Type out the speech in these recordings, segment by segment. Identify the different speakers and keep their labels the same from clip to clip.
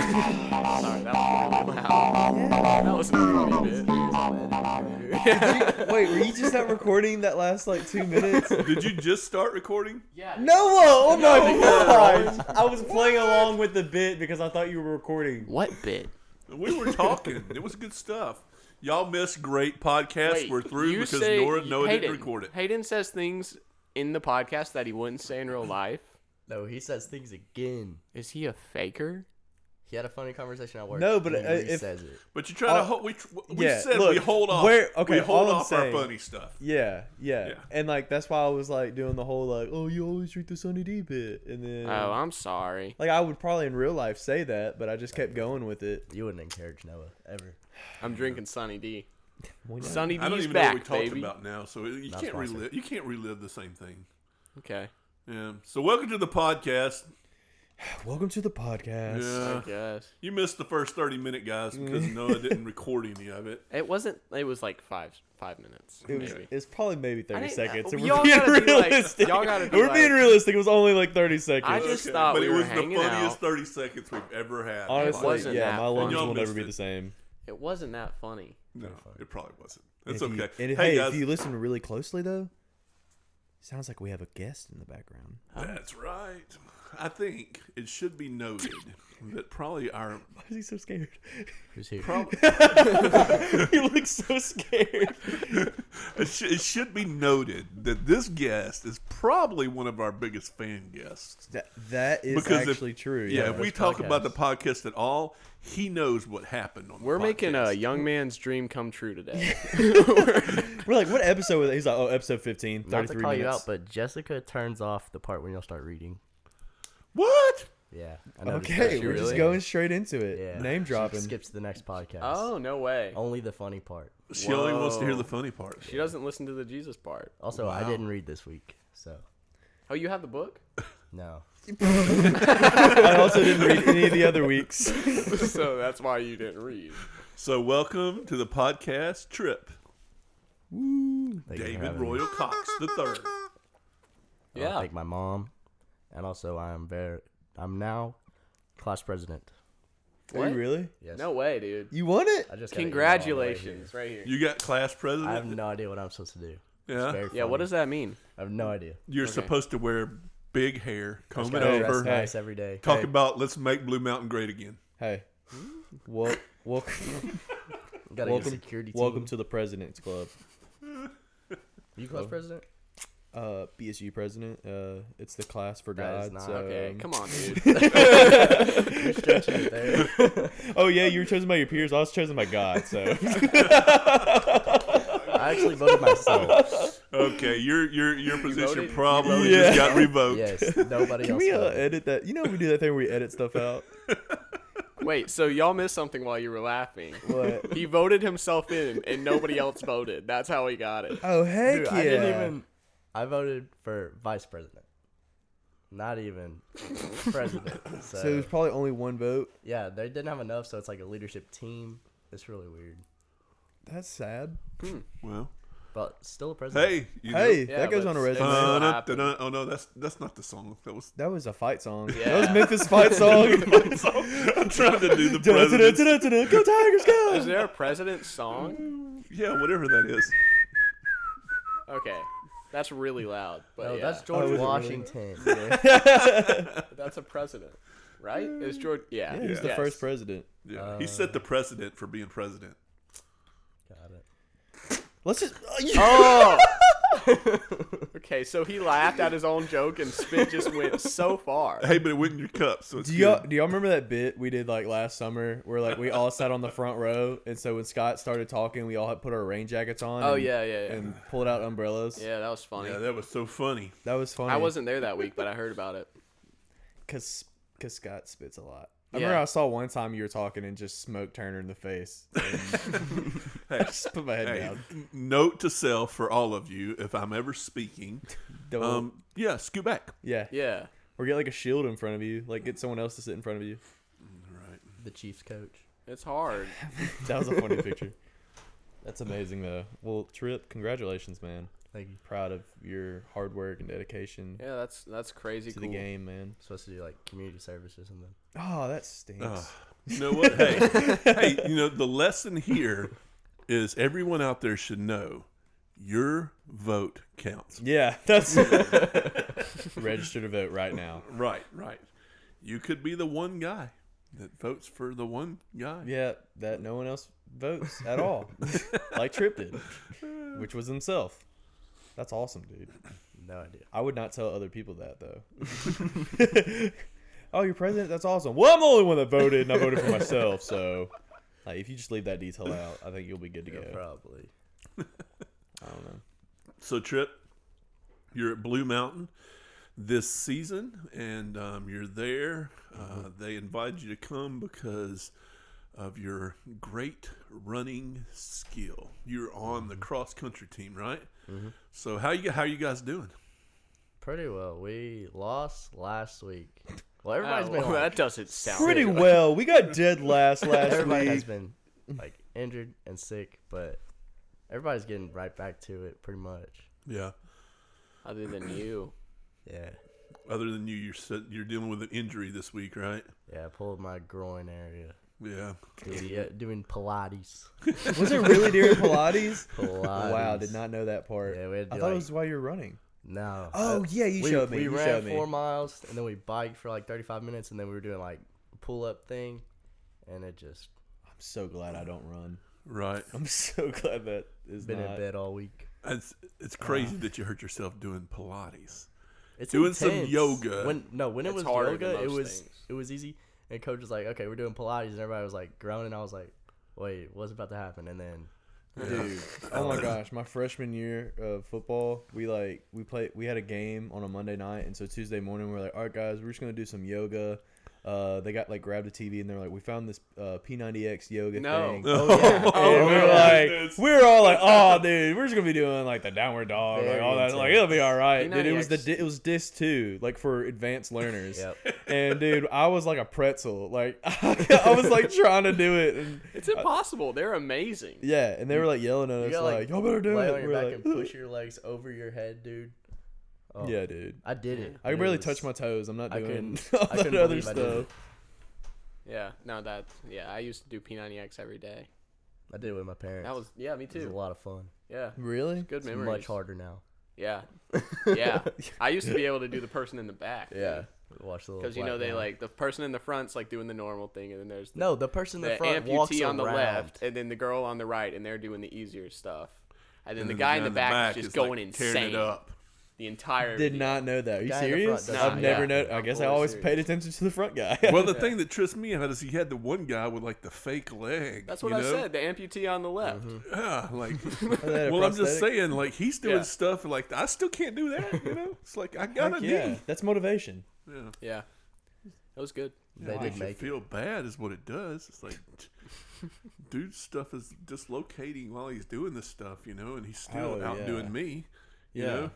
Speaker 1: Sorry, that was really loud. That wasn't a funny bit.
Speaker 2: Wait, were you just not recording that last like two minutes?
Speaker 3: Did you just start recording?
Speaker 2: No, oh my god! I was playing along with the bit because I thought you were recording.
Speaker 1: What bit?
Speaker 3: We were talking. it was good stuff. Y'all missed great podcasts.
Speaker 1: Wait,
Speaker 3: we're through
Speaker 1: you
Speaker 3: because
Speaker 1: say-
Speaker 3: Nora Noah
Speaker 1: Hayden,
Speaker 3: didn't record it.
Speaker 1: Hayden says things in the podcast that he wouldn't say in real life.
Speaker 4: No, he says things again.
Speaker 1: Is he a faker?
Speaker 4: He had a funny conversation at work.
Speaker 2: No, but,
Speaker 4: and
Speaker 2: uh,
Speaker 4: he
Speaker 2: if-
Speaker 4: says it.
Speaker 3: But you try to
Speaker 2: Uh,
Speaker 3: hold. We, tr- we
Speaker 2: yeah,
Speaker 3: said we
Speaker 2: look,
Speaker 3: hold off.
Speaker 2: where- okay,
Speaker 3: we hold
Speaker 2: all I'm
Speaker 3: off
Speaker 2: saying-
Speaker 3: our funny stuff.
Speaker 2: Yeah, yeah,
Speaker 3: Yeah.
Speaker 2: and like that's why I was like doing the whole like, oh, you always treat the Sunny D bit, and then
Speaker 1: Oh, I'm sorry.
Speaker 2: like I would probably in real life say that, but I just kept going with it.
Speaker 4: You wouldn't encourage Noah ever.
Speaker 1: I'm drinking Sunny D.
Speaker 2: Why not?
Speaker 1: Sunny D's
Speaker 3: I don't even
Speaker 1: back,
Speaker 3: know what we talked
Speaker 1: baby.
Speaker 3: about now, so you
Speaker 4: That's
Speaker 3: can't
Speaker 4: what I said.
Speaker 3: relive. You can't relive the same thing.
Speaker 1: Okay.
Speaker 3: Yeah. So welcome to the podcast.
Speaker 2: Welcome to the podcast.
Speaker 3: Yeah.
Speaker 1: I guess
Speaker 3: You missed the first thirty minute guys because
Speaker 2: Mm.
Speaker 3: Noah didn't record any of it.
Speaker 1: it wasn't. It was like five five minutes.
Speaker 2: It
Speaker 1: Maybe.
Speaker 2: was, it's probably maybe
Speaker 1: I
Speaker 2: 30
Speaker 1: didn't-
Speaker 2: seconds. And
Speaker 1: y'all
Speaker 2: we're being
Speaker 1: gotta be like-
Speaker 2: realistic.
Speaker 1: y'all gotta be
Speaker 2: we're being
Speaker 1: like-
Speaker 2: realistic. It was only like 30 seconds.
Speaker 1: I just thought
Speaker 3: but
Speaker 1: we
Speaker 3: it
Speaker 1: were
Speaker 3: was
Speaker 1: hanging
Speaker 3: the funniest
Speaker 1: out.
Speaker 3: thirty seconds we've ever had.
Speaker 1: It
Speaker 2: Honestly,
Speaker 1: wasn't
Speaker 2: yeah,
Speaker 1: that
Speaker 2: my
Speaker 1: fun.
Speaker 2: lungs
Speaker 3: Y'all
Speaker 2: will never
Speaker 3: missed
Speaker 2: be
Speaker 3: it.
Speaker 2: the same.
Speaker 1: It wasn't that funny.
Speaker 3: no, it probably wasn't. That's
Speaker 2: And if you-
Speaker 3: okay.
Speaker 2: and if-
Speaker 3: hey,
Speaker 2: hey,
Speaker 3: guys,
Speaker 2: if you listen really closely, though, sounds like we have a guest in the background.
Speaker 3: that's right. I think it should be noted that probably our
Speaker 2: Why is he so scared?
Speaker 4: Who's here?
Speaker 2: he looks so scared.
Speaker 3: It, sh- it should be noted that this guest is probably one of our biggest fan guests.
Speaker 2: That, that is
Speaker 3: Because if-
Speaker 2: actually true.
Speaker 3: Yeah,
Speaker 2: Yeah.
Speaker 3: if we
Speaker 4: this
Speaker 3: talk about the
Speaker 4: podcast.
Speaker 3: podcast at all, he knows what happened on
Speaker 1: We're
Speaker 3: the
Speaker 1: making a
Speaker 3: podcast.
Speaker 1: young man's dream come true today.
Speaker 2: We're like, what episode was it? He's like, oh, episode 15,
Speaker 4: Not to
Speaker 2: 33
Speaker 4: call
Speaker 2: minutes.
Speaker 4: you out, but Jessica turns off the part when y'all start reading.
Speaker 3: What?
Speaker 4: Yeah. I noticed that.
Speaker 2: okay,
Speaker 1: She
Speaker 2: Oh, we're just
Speaker 1: really-
Speaker 2: going straight into it.
Speaker 4: Yeah.
Speaker 2: Name
Speaker 4: She
Speaker 2: dropping.
Speaker 4: Skips to the next podcast.
Speaker 1: oh no way!
Speaker 4: Only the funny part.
Speaker 3: She only wants to hear
Speaker 1: Whoa.
Speaker 3: the funny part.
Speaker 1: She doesn't listen to the Jesus part.
Speaker 4: Also, I didn't read this week, so
Speaker 1: Oh, you have the book?
Speaker 4: no.
Speaker 2: I also didn't read any of the other weeks.
Speaker 1: so that's why you didn't read.
Speaker 3: So, welcome to the podcast trip,
Speaker 4: Thank you for
Speaker 3: David
Speaker 4: having me.
Speaker 3: Royal Cox the third.
Speaker 4: I
Speaker 1: Yeah.
Speaker 4: wanna Thank my mom, and also I'm very. I'm now class president.
Speaker 2: Are
Speaker 1: What?
Speaker 2: you really?
Speaker 4: Yes.
Speaker 1: No way, dude.
Speaker 2: You won it?
Speaker 4: I just got an email on the way
Speaker 1: Congratulations, right here.
Speaker 3: You got class
Speaker 4: here. I have
Speaker 3: president.
Speaker 4: no idea what I'm supposed to do. It's
Speaker 3: Yeah,
Speaker 4: very
Speaker 1: Yeah, what
Speaker 4: funny.
Speaker 1: does that mean?
Speaker 4: I have no idea.
Speaker 3: you're supposed to wear big hair, comb it
Speaker 4: Gotta dress
Speaker 3: over,
Speaker 4: nice every day.
Speaker 3: talk
Speaker 2: Hey.
Speaker 3: about let's make Blue Mountain great again.
Speaker 2: Hey. Well, well,
Speaker 4: Gotta get a
Speaker 2: welcome,
Speaker 4: security.
Speaker 2: welcome
Speaker 4: team.
Speaker 2: to the President's Club.
Speaker 4: you, class president.
Speaker 2: Uh, BSU President. Uh, it's the class for
Speaker 4: That is
Speaker 2: God.
Speaker 4: not
Speaker 2: so,
Speaker 1: Okay,
Speaker 2: um,
Speaker 1: come on, dude.
Speaker 4: You're stretching it there.
Speaker 2: Oh yeah, you were chosen by your peers. I was chosen by God. So
Speaker 4: I actually voted myself.
Speaker 3: Okay, your your your position
Speaker 1: voted- you
Speaker 3: probably
Speaker 2: voted
Speaker 3: just got revoked.
Speaker 4: Yes, nobody
Speaker 2: can
Speaker 4: else.
Speaker 2: we uh,
Speaker 4: voted.
Speaker 2: edit that? You know we do that thing where we edit stuff out.
Speaker 1: Wait, so y'all missed something while you were laughing.
Speaker 2: What?
Speaker 1: He voted himself in, and nobody else voted. That's how he got it.
Speaker 2: Oh heck
Speaker 4: Dude,
Speaker 2: yeah!
Speaker 4: I didn't even. I voted for vice president. Not even president. So,
Speaker 2: So there's probably only one vote.
Speaker 4: yeah, they didn't have enough, so it's like a leadership team. It's really weird,
Speaker 2: That's sad.
Speaker 3: Well,
Speaker 4: but still a president.
Speaker 3: hey, you know-
Speaker 2: Hey,
Speaker 1: Yeah,
Speaker 2: that goes
Speaker 1: but
Speaker 2: on a
Speaker 1: it's-
Speaker 2: resume.
Speaker 1: it's-
Speaker 3: Uh,
Speaker 1: what
Speaker 3: da-
Speaker 1: happened.
Speaker 3: da- da- oh no, that's that's not the song. That was
Speaker 2: that was a fight song.
Speaker 1: Yeah.
Speaker 2: That was Memphis fight song.
Speaker 3: I'm trying to do the president.
Speaker 2: Dun-dun-dun-dun-dun-dun. Go Tigers,
Speaker 1: Is
Speaker 2: go!
Speaker 1: there a president song?
Speaker 3: Yeah, whatever that is.
Speaker 1: Okay, that's really loud. But
Speaker 4: No,
Speaker 1: yeah,
Speaker 4: Oh, that's
Speaker 1: that's
Speaker 4: George
Speaker 2: was Oh, it really?
Speaker 4: Washington.
Speaker 1: a president, right? Is George? Yeah,
Speaker 2: He was the
Speaker 1: yes.
Speaker 2: first president.
Speaker 3: Yeah, he set the precedent for being president.
Speaker 4: Got it.
Speaker 2: Let's just. uh,
Speaker 1: Oh. okay, so he laughed at his own joke, and spit just went so far.
Speaker 3: Hey, but it went in your cup, so it's
Speaker 2: Do y'all,
Speaker 3: good.
Speaker 2: do y'all remember that bit we did like last summer where like we all sat on the front row and so when Scott started talking we all had put our rain jackets on
Speaker 1: Oh
Speaker 2: and,
Speaker 1: yeah, yeah, yeah.
Speaker 2: and pulled out umbrellas
Speaker 1: yeah, that was funny.
Speaker 3: Yeah, that was so funny.
Speaker 2: that was funny
Speaker 1: I wasn't there that week, but I heard about it.
Speaker 2: because because Scott spits a lot I
Speaker 1: Yeah.
Speaker 2: remember I saw one time you were talking and just smoked Turner in the face
Speaker 3: Hey,
Speaker 2: just put my head
Speaker 3: hey,
Speaker 2: down
Speaker 3: n- note to self for all of you: if I'm ever speaking,
Speaker 2: Don't-
Speaker 3: um, yeah, scoot back.
Speaker 2: yeah.
Speaker 1: Yeah.
Speaker 2: or get like a shield in front of you like get someone else to sit in front of you
Speaker 3: Right.
Speaker 4: The Chiefs coach.
Speaker 1: It's hard.
Speaker 2: that was a funny picture that's amazing though well Trip congratulations man
Speaker 4: Thank you.
Speaker 2: proud of your hard work and dedication
Speaker 1: Yeah, that's that's crazy
Speaker 2: to
Speaker 1: cool.
Speaker 2: the game man
Speaker 4: supposed to do like community service or something.
Speaker 2: Oh, that stinks.
Speaker 3: Ugh. You know what? Hey, hey, you know, the lesson here is everyone out there should know your vote counts.
Speaker 2: Yeah, that's register to vote right now.
Speaker 3: Right, right. You could be the one guy that votes for the one guy.
Speaker 2: Yeah, that no one else votes at all, like Tripp did, which was himself. That's awesome, dude.
Speaker 4: No idea.
Speaker 2: I would not tell other people that though. oh, you're president? That's awesome. Well, I'm the only one that voted, and I voted for myself. So, like, if you just leave that detail out, I think you'll be good to go.
Speaker 4: Probably.
Speaker 2: I don't know.
Speaker 3: So, Trip, you're at Blue Mountain this season, and um, you're there. Uh, they invited you to come because of your great running skill. You're on the cross country team, right? So, how you how you guys doing?
Speaker 4: Pretty well. We lost last week. Well, everybody's
Speaker 1: Oh,
Speaker 4: been
Speaker 1: well,
Speaker 4: like-
Speaker 1: that doesn't sound
Speaker 2: Pretty well. We got dead last last
Speaker 4: everybody has
Speaker 2: week.
Speaker 4: been like injured and sick, but everybody's getting right back to it pretty much.
Speaker 3: Yeah.
Speaker 1: Other than you,
Speaker 4: Yeah.
Speaker 3: Other than you, you're sit- you're dealing with an injury this week, right?
Speaker 4: Yeah, I pulled my groin area.
Speaker 3: Yeah.
Speaker 4: Doing, yeah, doing Pilates.
Speaker 2: Was it really during Pilates?
Speaker 4: Pilates.
Speaker 2: Wow, did not know that part.
Speaker 4: Yeah, we had to
Speaker 2: I
Speaker 4: do,
Speaker 2: thought
Speaker 4: like-
Speaker 2: it was while you were running.
Speaker 4: No.
Speaker 2: Oh
Speaker 4: Uh,
Speaker 2: yeah, you
Speaker 4: we,
Speaker 2: showed me.
Speaker 4: We
Speaker 2: you
Speaker 4: ran
Speaker 2: showed me.
Speaker 4: four miles and then we biked for like 35 minutes and then we were doing like pull up thing and it just
Speaker 2: I'm so glad I don't run.
Speaker 3: Right.
Speaker 2: I'm so glad that is
Speaker 4: been in
Speaker 2: not.
Speaker 4: bed all week.
Speaker 3: It's it's crazy that you hurt yourself doing Pilates.
Speaker 4: It's
Speaker 3: Doing some
Speaker 4: intense.
Speaker 3: yoga.
Speaker 4: When no, when it
Speaker 1: It's
Speaker 4: was
Speaker 1: harder than
Speaker 4: yoga, it
Speaker 1: most
Speaker 4: was
Speaker 1: things.
Speaker 4: it was easy. And coach was like, "Okay, we're doing Pilates," and everybody was like groaning. I was like, "Wait, what's about to happen?" And then
Speaker 2: Dude, oh my gosh, my freshman year of football, we like we played we had a game on a Monday night, and so Tuesday morning we are like, all right guys, we're just gonna do some yoga. Uh, they got like grabbed a TV and they're like, we found this uh, P90X yoga
Speaker 1: No.
Speaker 2: thing.
Speaker 3: Oh,
Speaker 2: yeah. and we were
Speaker 1: yeah.
Speaker 2: like, we were all like, oh dude, we're just gonna be doing like the downward dog,
Speaker 4: Very
Speaker 2: like all that, like it'll be all right. Dude, it was the
Speaker 1: P90X.
Speaker 2: di- it was disc two, like for advanced learners.
Speaker 4: Yep.
Speaker 2: And dude, I was like a pretzel, like I was like trying to do it. And,
Speaker 1: it's impossible. They're amazing.
Speaker 2: yeah, and they were like yelling at
Speaker 4: you
Speaker 2: us,
Speaker 4: gotta
Speaker 2: like,
Speaker 4: like
Speaker 2: "Y'all better do
Speaker 4: lay
Speaker 2: it."
Speaker 4: on your
Speaker 2: We're
Speaker 4: back
Speaker 2: like,
Speaker 4: and push your legs over your head, dude. Oh,
Speaker 2: Yeah, dude.
Speaker 4: I did it.
Speaker 2: I
Speaker 4: and
Speaker 2: can
Speaker 4: it
Speaker 2: barely
Speaker 4: was-
Speaker 2: touch my toes. I'm not
Speaker 4: I
Speaker 2: doing
Speaker 4: couldn't-
Speaker 2: all
Speaker 4: I
Speaker 2: that
Speaker 4: couldn't
Speaker 2: other
Speaker 4: believe I did
Speaker 2: stuff.
Speaker 4: it.
Speaker 1: Yeah, no, that yeah. I used to do P90X every day.
Speaker 4: I did it with my parents.
Speaker 1: That was yeah, me
Speaker 4: it was a
Speaker 1: too.
Speaker 4: lot of fun.
Speaker 1: Yeah,
Speaker 2: Really?
Speaker 1: good
Speaker 4: It's
Speaker 1: memories.
Speaker 4: much harder now.
Speaker 1: Yeah, yeah. I used to be able to do the person in the back.
Speaker 4: watch the little
Speaker 1: because you know they
Speaker 4: black guy.
Speaker 1: like the person in the front's like doing the normal thing, and then there's the,
Speaker 4: no the person in
Speaker 1: the
Speaker 4: the front walks
Speaker 1: amputee on the
Speaker 4: around.
Speaker 1: left, and then the girl on the right, and they're doing the easier stuff. And then
Speaker 3: And
Speaker 1: the
Speaker 3: then
Speaker 1: guy in the back, is just
Speaker 3: like,
Speaker 1: going
Speaker 3: tearing
Speaker 1: insane
Speaker 3: it up.
Speaker 1: the entire.
Speaker 2: Did
Speaker 1: video.
Speaker 2: not know that. Are you
Speaker 4: Guy in the
Speaker 2: serious?
Speaker 4: front
Speaker 2: I've
Speaker 4: doesn't
Speaker 2: never
Speaker 1: know.
Speaker 2: known. I
Speaker 1: I'm
Speaker 2: guess I
Speaker 1: fully
Speaker 2: always
Speaker 1: serious.
Speaker 2: paid attention to the front guy.
Speaker 3: Well, the thing that trips me out is he had the one guy with like the fake leg.
Speaker 1: That's what
Speaker 3: you
Speaker 1: I
Speaker 3: know?
Speaker 1: said. The amputee on the left.
Speaker 3: Yeah, like.
Speaker 2: that a
Speaker 3: well, I'm just
Speaker 2: prosthetic?
Speaker 3: saying, like he's doing
Speaker 1: Yeah.
Speaker 3: stuff like I still can't do that. You know, it's like I got a
Speaker 2: Heck yeah,
Speaker 3: knee.
Speaker 2: that's motivation.
Speaker 3: Yeah.
Speaker 1: Yeah, that was good.
Speaker 4: they
Speaker 3: It
Speaker 4: did
Speaker 3: makes you
Speaker 4: make it.
Speaker 3: feel bad is what it does. It's like, dude, stuff is dislocating while he's doing this stuff, you know, and he's still
Speaker 2: Oh,
Speaker 3: outdoing
Speaker 2: yeah.
Speaker 3: me. You
Speaker 2: Yeah.
Speaker 3: know?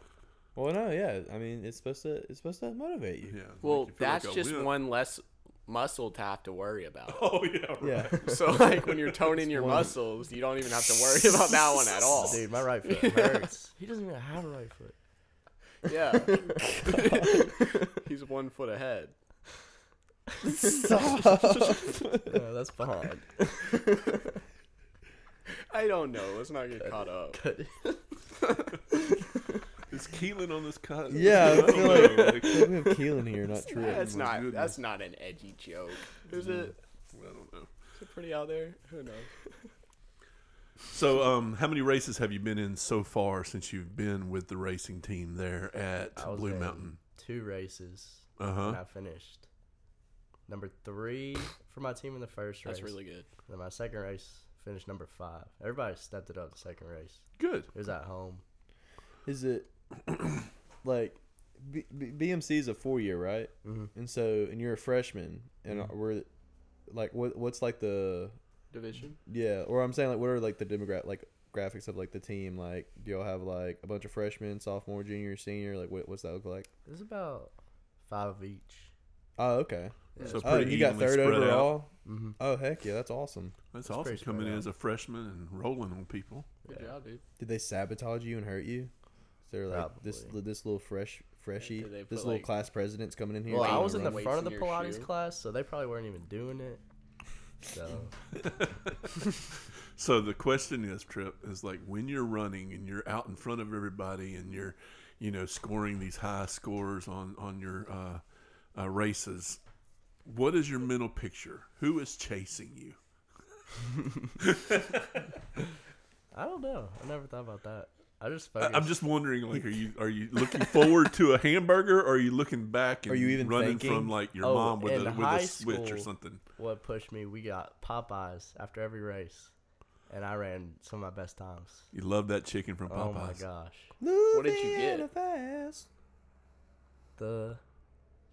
Speaker 2: Well, no, yeah. I mean, it's supposed to. It's supposed to motivate you.
Speaker 3: Yeah.
Speaker 1: Well,
Speaker 3: make you feel like
Speaker 1: that's
Speaker 3: a
Speaker 1: just
Speaker 3: wimp.
Speaker 1: one less muscle to have to worry about.
Speaker 3: Oh yeah. Right.
Speaker 2: Yeah.
Speaker 1: So like when you're toning your muscles, you don't even have to worry about that one at all.
Speaker 4: Dude, my right foot hurts. he doesn't even have a right foot.
Speaker 1: Yeah. He's one foot ahead.
Speaker 2: Stop.
Speaker 4: No, Oh, that's fine.
Speaker 1: I don't know. Let's not get caught up.
Speaker 3: Is Keelan on this cut?
Speaker 2: yeah, I feel like,
Speaker 3: Like,
Speaker 2: I think we have Keelan here, not true.
Speaker 1: That's
Speaker 3: my
Speaker 1: not
Speaker 3: goodness.
Speaker 1: that's not an edgy joke. Is it?
Speaker 3: I don't know.
Speaker 1: Is it pretty out there? Who knows?
Speaker 3: So, um, how many races have you been in so far since you've been with the racing team there at
Speaker 4: I was
Speaker 3: Blue
Speaker 4: in
Speaker 3: Mountain?
Speaker 4: Two races.
Speaker 3: Uh
Speaker 4: And
Speaker 3: huh.
Speaker 4: I finished number three for my team in the first race.
Speaker 1: That's really good.
Speaker 4: Then my second race finished number five. Everybody stepped it up the second race.
Speaker 3: Good.
Speaker 4: It was at home.
Speaker 2: is it like B- B- BMC is a four year, right?
Speaker 3: Mm-hmm.
Speaker 4: Mhm.
Speaker 2: And so, and you're a freshman, and we're like, what what's like the
Speaker 1: Division.
Speaker 2: yeah? Or I'm saying like, what are like the demographic like graphics of like the team? Like, do y'all have like a bunch of freshmen, sophomore, junior, senior? Like, what what's that look like?
Speaker 4: It was about five of each.
Speaker 2: Oh, okay.
Speaker 3: So
Speaker 2: Oh,
Speaker 3: pretty
Speaker 2: you got
Speaker 3: evenly
Speaker 2: third
Speaker 3: spread out. Mm-hmm.
Speaker 2: overall.
Speaker 4: Mhm.
Speaker 2: Oh heck yeah, that's awesome.
Speaker 3: That's
Speaker 4: It's
Speaker 3: awesome
Speaker 4: pretty
Speaker 3: coming
Speaker 4: spread
Speaker 3: in
Speaker 4: out.
Speaker 3: as a freshman and rolling on people.
Speaker 1: Good job, dude.
Speaker 2: Did they sabotage you and hurt you? They're like this
Speaker 4: Probably.
Speaker 2: this little fresh freshie,
Speaker 1: did they
Speaker 2: this
Speaker 1: put,
Speaker 2: little
Speaker 1: like-
Speaker 2: class president's coming in here.
Speaker 4: Well, I
Speaker 2: and
Speaker 4: was in the
Speaker 2: running-
Speaker 1: weights
Speaker 4: front of the
Speaker 1: in your
Speaker 4: Pilates
Speaker 1: shoe.
Speaker 4: class, so they probably weren't even doing it. So
Speaker 3: So the question is, Trip, is like when you're running and you're out in front of everybody and you're, you know, scoring these high scores on on your uh, uh, races. What is your mental picture? Who is chasing you?
Speaker 4: I don't know. I never thought about that. I just
Speaker 3: I,
Speaker 4: focused.
Speaker 3: I'm just wondering, like, are you are you looking forward to a hamburger, or are you looking back and
Speaker 2: Are you even
Speaker 3: running
Speaker 2: thinking?
Speaker 3: from like your
Speaker 4: Oh,
Speaker 3: mom with a
Speaker 4: in
Speaker 3: with
Speaker 4: high
Speaker 3: a switch or
Speaker 4: school-
Speaker 3: something?
Speaker 4: what pushed me. We got Popeyes after every race, and I ran some of my best times.
Speaker 3: You love that chicken from Popeyes.
Speaker 4: Oh my gosh,
Speaker 2: What
Speaker 1: did you get?
Speaker 2: Fast.
Speaker 4: the